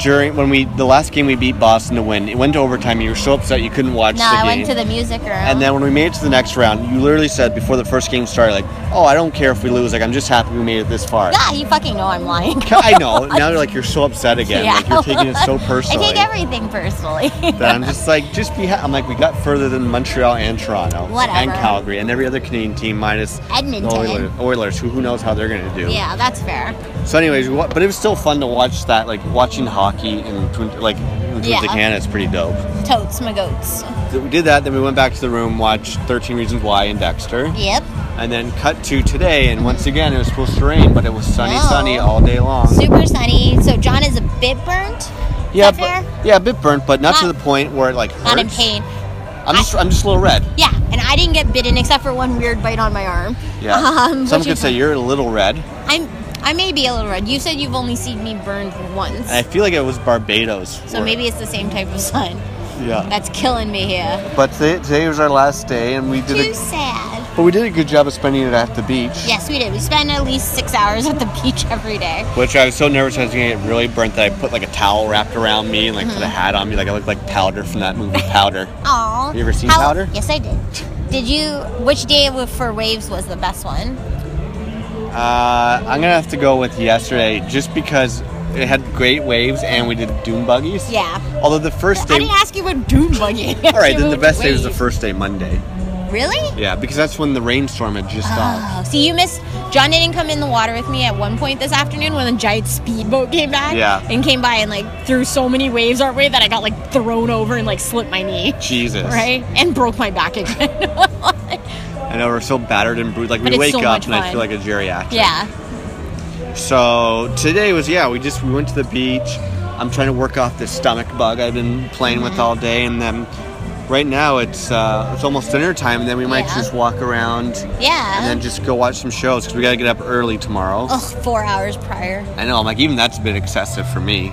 Speaker 5: during when we the last game we beat Boston to win, it went to overtime. You were so upset you couldn't watch
Speaker 6: No,
Speaker 5: the
Speaker 6: I
Speaker 5: game.
Speaker 6: went to the music room.
Speaker 5: and then when we made it to the next round, you literally said before the first game started, like, "Oh, I don't care if we lose. Like, I'm just happy we made it this far."
Speaker 6: yeah, Ah, you fucking know I'm lying.
Speaker 5: I know. Now you're like you're so upset again. Like you're taking it so
Speaker 6: I
Speaker 5: personally.
Speaker 6: take everything personally.
Speaker 5: that I'm just like, just be. Ha-. I'm like, we got further than Montreal and Toronto and
Speaker 6: Whatever.
Speaker 5: Calgary and every other Canadian team minus
Speaker 6: Edmonton.
Speaker 5: the Oilers, Oilers who who knows how they're gonna do.
Speaker 6: yeah, that's fair.
Speaker 5: So, anyways, we wa- but it was still fun to watch that. Like watching hockey and Twin, like in Twins
Speaker 6: Yeah.
Speaker 5: of Canada is pretty dope.
Speaker 6: Totes my goats.
Speaker 5: So we did that. Then we went back to the room, watched 13 Reasons Why and Dexter,
Speaker 6: Yep.
Speaker 5: and then cut to today. And once again, it was supposed to rain, but it was sunny,
Speaker 6: Oh.
Speaker 5: sunny all day long.
Speaker 6: Super sunny. So John is a bit burnt.
Speaker 5: yeah,
Speaker 6: Is that
Speaker 5: but-
Speaker 6: fair?
Speaker 5: yeah, a bit burnt, but not, to
Speaker 6: Not-
Speaker 5: the point where it like hurts.
Speaker 6: Not in pain.
Speaker 5: I'm just, I'm just a little red.
Speaker 6: Yeah, and I didn't get bitten except for one weird bite on my arm.
Speaker 5: Yeah.
Speaker 6: Um,
Speaker 5: Some
Speaker 6: which
Speaker 5: could
Speaker 6: is-
Speaker 5: say you're a little red.
Speaker 6: I'm. I may be a little red. You said you've only seen me burned
Speaker 5: And
Speaker 6: once.
Speaker 5: I feel like it was Barbados.
Speaker 6: so
Speaker 5: for-
Speaker 6: maybe it's the same type of sun.
Speaker 5: Yeah.
Speaker 6: That's killing me here.
Speaker 5: But today, today was our last day, and we did
Speaker 6: Too
Speaker 5: a,
Speaker 6: sad.
Speaker 5: but we did a good job of spending it at the beach.
Speaker 6: Yes, we did. We spend at least six hours at the beach every day.
Speaker 5: Which I was so nervous I was gonna get really burnt that I put like a towel wrapped around me and like
Speaker 6: Mm-hmm.
Speaker 5: put a hat on me, like I looked like powder from that movie Powder.
Speaker 6: Aw.
Speaker 5: You ever seen Powder?
Speaker 6: Yes, I did. Did you? Which day wa- for waves was the best one?
Speaker 5: Uh, I'm gonna have to go with yesterday, just because it had great waves and we did doom buggies.
Speaker 6: Yeah.
Speaker 5: Although the first
Speaker 6: I
Speaker 5: day.
Speaker 6: didn't ask you what doom buggy.
Speaker 5: All right, then the best day was the first day, Monday.
Speaker 6: Really?
Speaker 5: Yeah, because that's when the rainstorm had just stopped.
Speaker 6: Oh, see, you missed. John didn't come in the water with me at one point this afternoon when the giant speedboat came back.
Speaker 5: Yeah.
Speaker 6: And came by and like threw so many waves our way that I got like thrown over and like slipped my knee.
Speaker 5: Jesus.
Speaker 6: Right? And broke my back again.
Speaker 5: I know we're so battered and bruised. Like
Speaker 6: But
Speaker 5: we
Speaker 6: it's
Speaker 5: wake
Speaker 6: so
Speaker 5: up
Speaker 6: much
Speaker 5: and I
Speaker 6: fun.
Speaker 5: feel like a geriatric.
Speaker 6: yeah.
Speaker 5: So today was yeah. We just we went to the beach. I'm trying to work off this stomach bug I've been playing with all day, and then right now it's uh, it's almost dinner time, and then we might
Speaker 6: Yeah.
Speaker 5: just walk around
Speaker 6: Yeah.
Speaker 5: and then just go watch some shows because we gotta get up early tomorrow.
Speaker 6: Ugh, four hours prior.
Speaker 5: I know. I'm like even that's a bit excessive for me.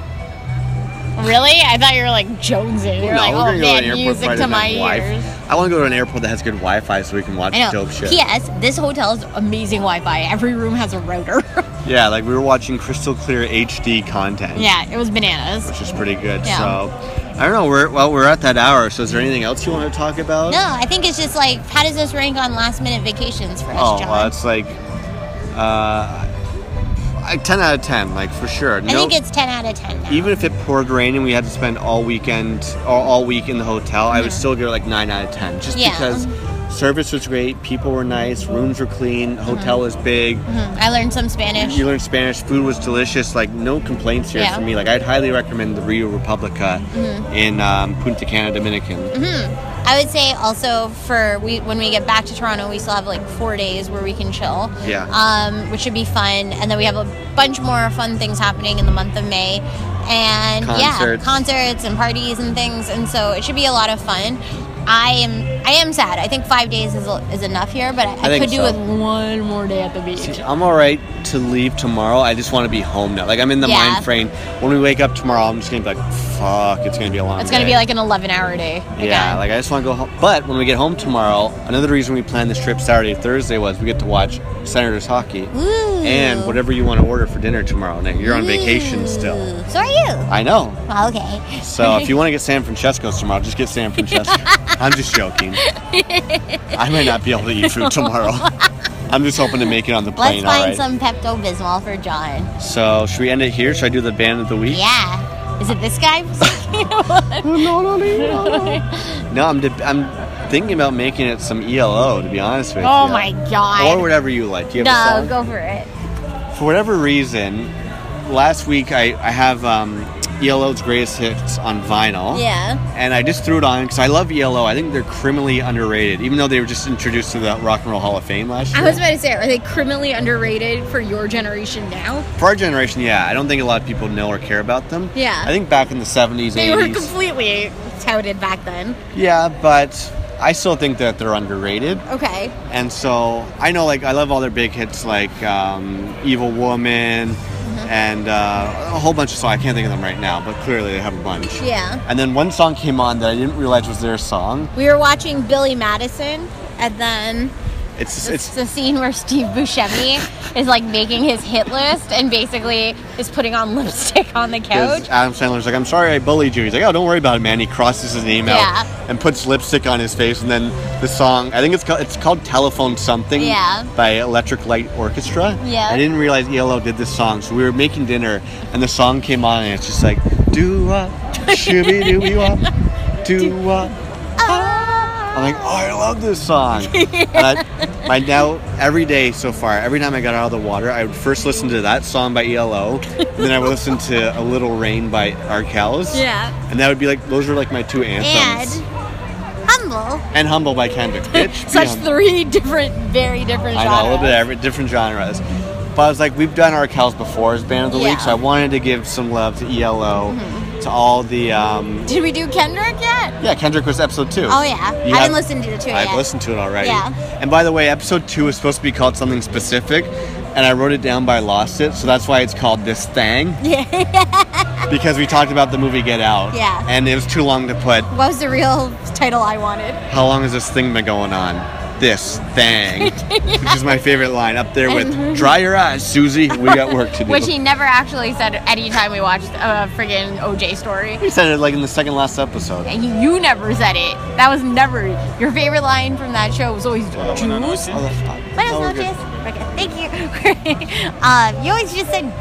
Speaker 6: Really? I thought you were like jonesing. You're like, oh man, music
Speaker 5: that
Speaker 6: to my
Speaker 5: doesn't have
Speaker 6: ears.
Speaker 5: Wi-Fi. I want to go to an airport that has good Wi-Fi so we can watch
Speaker 6: I know.
Speaker 5: dope shit.
Speaker 6: P.S. This hotel is amazing Wi-Fi. Every room has a router.
Speaker 5: Yeah, like we were watching crystal clear HD content.
Speaker 6: yeah, it was bananas.
Speaker 5: which is pretty good.
Speaker 6: Yeah.
Speaker 5: So I don't know. We're well, we're at that hour. So is there anything else you want to talk about?
Speaker 6: No, I think it's just like, how does this rank on last minute vacations for us,
Speaker 5: Oh,
Speaker 6: John?
Speaker 5: well, it's like, uh, I- ten out of ten, like for sure.
Speaker 6: I think it's 10 out of 10 now.
Speaker 5: even if it poured rain and we had to spend all weekend or all week in the hotel, I would still give it like nine out of ten, just
Speaker 6: Yeah.
Speaker 5: because service was great, people were nice, rooms were clean,
Speaker 6: Mm-hmm.
Speaker 5: hotel is big.
Speaker 6: Mhm. I learned some Spanish.
Speaker 5: You learned Spanish. Food was delicious. Like no complaints here
Speaker 6: Yeah. Mm-hmm.
Speaker 5: for me. Like I'd highly recommend the Rio Republica in um, Punta Cana, Dominican.
Speaker 6: I would say also for we when we get back to Toronto, we still have like four days where we can chill.
Speaker 5: Yeah.
Speaker 6: Um, which should be fun, and then we have a bunch more fun things happening in the month of May, and
Speaker 5: Concerts.
Speaker 6: yeah, concerts and parties and things, and so it should be a lot of fun. I am I am sad. I think five days is, is enough here, but I, I,
Speaker 5: think
Speaker 6: could do
Speaker 5: so.
Speaker 6: with one more day at the beach.
Speaker 5: I'm all right to leave tomorrow. I just want to be home now. Like I'm in the
Speaker 6: Yeah.
Speaker 5: mind frame. When we wake up tomorrow, I'm just gonna be like, fuck, it's gonna be a long.
Speaker 6: It's gonna be
Speaker 5: day."
Speaker 6: like an eleven-hour day.
Speaker 5: Yeah,
Speaker 6: again.
Speaker 5: like I just want to go home. But when we get home tomorrow, another reason we planned this trip Saturday Thursday was we get to watch Senators hockey
Speaker 6: Ooh.
Speaker 5: and whatever you want to order for dinner tomorrow night. You're on vacation still.
Speaker 6: Ooh. Mm, So are you?
Speaker 5: I know.
Speaker 6: Well, okay.
Speaker 5: So if you want to get San Francesco's tomorrow, just get San Francesco. I'm just joking. I may not be able to eat food tomorrow. I'm just hoping to make it on the
Speaker 6: Let's
Speaker 5: plane. all
Speaker 6: find
Speaker 5: right.
Speaker 6: some Pepto Bismol for John.
Speaker 5: So should we end it here? Should I do the band of the week?
Speaker 6: Yeah. Is it this guy?
Speaker 5: No, I'm deb- I'm thinking about making it some ELO to be honest with
Speaker 6: oh
Speaker 5: you.
Speaker 6: my
Speaker 5: Or
Speaker 6: god.
Speaker 5: whatever you like. Do you have
Speaker 6: No,
Speaker 5: a song?
Speaker 6: go for it.
Speaker 5: For whatever reason, last week I I have um, ELO's greatest hits on vinyl.
Speaker 6: Yeah.
Speaker 5: And I just threw it on because I love ELO. I think they're criminally underrated, even though they were just introduced to the Rock and Roll Hall of Fame last year.
Speaker 6: I was about to say, are they criminally underrated for your generation now?
Speaker 5: For our generation, yeah, I don't think a lot of people know or care about them.
Speaker 6: Yeah.
Speaker 5: I think back in the 70s,
Speaker 6: They
Speaker 5: 80s.
Speaker 6: were completely touted back then.
Speaker 5: yeah, but I still think that they're underrated.
Speaker 6: Okay.
Speaker 5: And so I know, like, I love all their big hits, like um, "Evil Woman"
Speaker 6: Mm-hmm.
Speaker 5: and uh, a whole bunch of songs. I can't think of them right now, but clearly they have a bunch.
Speaker 6: Yeah.
Speaker 5: And then one song came on that I didn't realize was their song.
Speaker 6: We were watching Billy Madison and then
Speaker 5: It's
Speaker 6: It's
Speaker 5: it's
Speaker 6: the scene where Steve Buscemi is like making his hit list and basically is putting on lipstick on the couch.
Speaker 5: because Adam Sandler's like, I'm sorry I bullied you. He's like, oh, don't worry about it, man. He crosses his name
Speaker 6: Yeah.
Speaker 5: out and puts lipstick on his face, and then the song, I think it's called, it's called Telephone Something
Speaker 6: Yeah.
Speaker 5: by Electric Light Orchestra.
Speaker 6: Yeah.
Speaker 5: I didn't realize ELO did this song, so we were making dinner, and the song came on, and it's just like, do wop, shooby dooby wop, do wop. I'm like, oh, I love this song. and I, my now every day so far, every time I got out of the water, I would first listen to that song by ELO, and then I would listen to "A Little Rain" by Arkells.
Speaker 6: Yeah.
Speaker 5: And that would be like those were like my two anthems.
Speaker 6: And humble.
Speaker 5: And, "Humble" by Kendrick. Bitch, be
Speaker 6: Such
Speaker 5: humble.
Speaker 6: three different, very different
Speaker 5: I know
Speaker 6: genres.
Speaker 5: a little bit of every, different genres. But I was like, we've done Arkells before as band of the
Speaker 6: Yeah. Mm-hmm.
Speaker 5: week, so I wanted to give some love to ELO, to all the. Um,
Speaker 6: Did we do Kendrick yet?
Speaker 5: yeah, Kendrick was episode two.
Speaker 6: Oh yeah, I
Speaker 5: You have-
Speaker 6: haven't listened to the two
Speaker 5: I've
Speaker 6: yet.
Speaker 5: listened to it already.
Speaker 6: Yeah.
Speaker 5: And by the way, episode two is supposed to be called something specific, and I wrote it down, but I lost it, so that's why it's called this thing. Yeah. because we talked about the movie Get Out.
Speaker 6: Yeah.
Speaker 5: And it was too long to put.
Speaker 6: What was the real title I wanted?
Speaker 5: How long has this thing been going on? This thing, which is my favorite line, up there
Speaker 6: Mm-hmm.
Speaker 5: with "Dry your eyes, Susie. We got work to do."
Speaker 6: Which he never actually said any time we watched a friggin' OJ story.
Speaker 5: He said it like in the second last episode.
Speaker 6: And he- You never said it. That was never your favorite line from that show. Was always juice.
Speaker 5: Oh, that's fine.
Speaker 6: Buenas
Speaker 5: Oh, we're
Speaker 6: noches.
Speaker 5: good.
Speaker 6: Okay, thank you. um, you always just said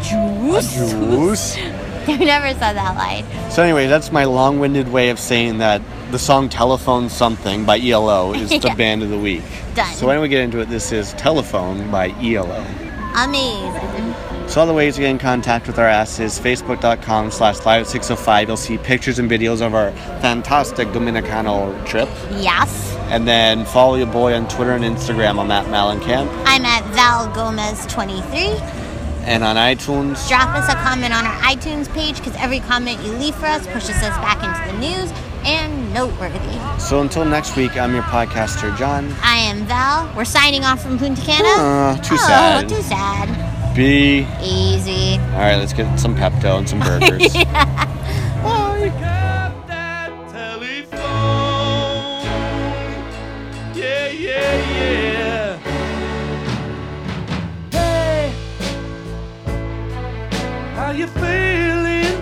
Speaker 6: juice.
Speaker 5: Juice.
Speaker 6: You never said that line.
Speaker 5: So anyway, that's my long-winded way of saying that the song "Telephone Something" by ELO is the
Speaker 6: Yeah.
Speaker 5: band of the week.
Speaker 6: Done.
Speaker 5: So why don't we get into it? This is "Telephone" by ELO.
Speaker 6: Amazing.
Speaker 5: So all the ways to get in contact with our ass is facebook.com slash live 605. You'll see pictures and videos of our fantastic Dominicano trip.
Speaker 6: Yes.
Speaker 5: And then follow your boy on Twitter and Instagram on Matt Malencamp
Speaker 6: I'm at Val Gomez 23.
Speaker 5: and on iTunes.
Speaker 6: Drop us a comment on our iTunes page because every comment you leave for us pushes us back into the news and noteworthy.
Speaker 5: So until next week, I'm your podcaster, John.
Speaker 6: I am Val. We're signing off from Punta Cana.
Speaker 5: Aw, too
Speaker 6: oh,
Speaker 5: sad.
Speaker 6: Too sad.
Speaker 5: B.
Speaker 6: Easy.
Speaker 5: All right, let's get some Pepto and some burgers.
Speaker 10: How you feeling?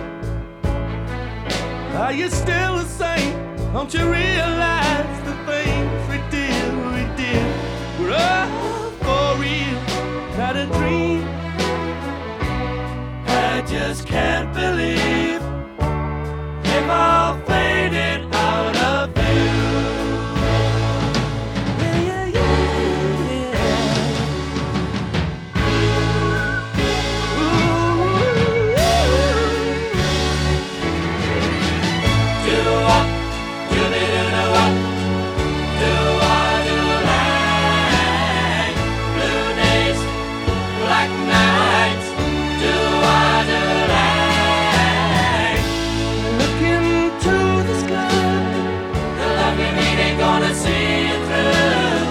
Speaker 10: Are you still the same? Don't you realize the things we did, we did were all for real, not a dream. I just can't believe they've all faded out of view. Yeah, yeah, yeah, yeah. See it through,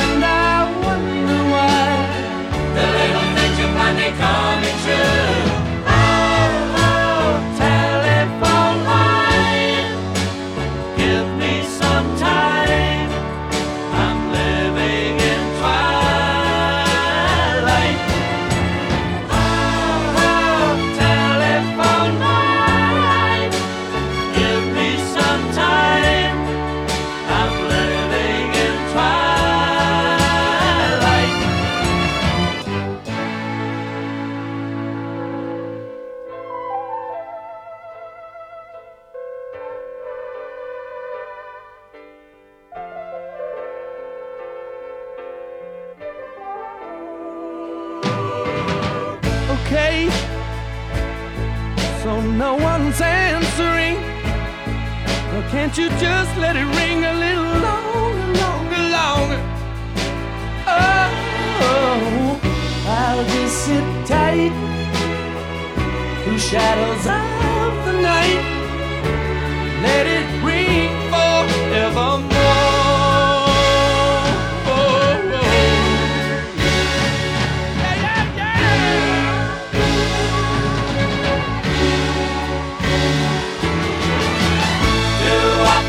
Speaker 10: and I wonder why. The little things you find they coming true. Oh, oh, telephone line. Give me some time. I'm living in twilight. Oh, oh, telephone line. Give me some time. I'm living in twilight. okay. So no one's answering. Well, can't you just let it ring a little longer, longer, longer? Oh, I'll just sit tight through shadows of the night. Let it ring forevermore. Oh, oh. Yeah, yeah, yeah. Do what,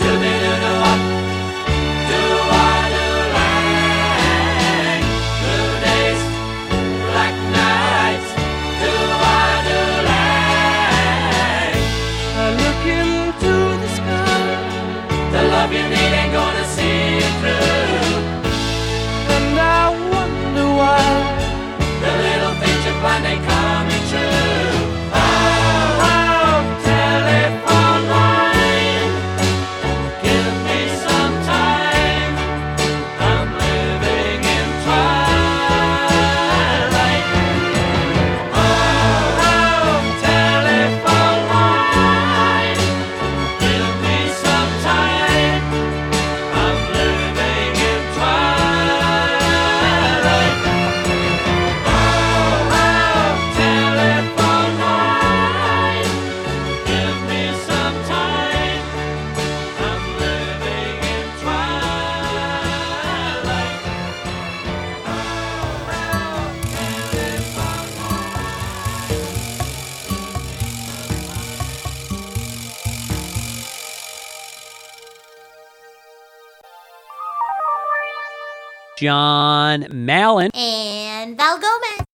Speaker 10: do me, do do what, do what, do what. to the sky. The love you need ain't gonna see you through. And I wonder why the little things you plan they coming true. Oh, oh, telephone line, give me some time. I'm living in twilight.
Speaker 4: John Mallon.
Speaker 6: And Val Gomez.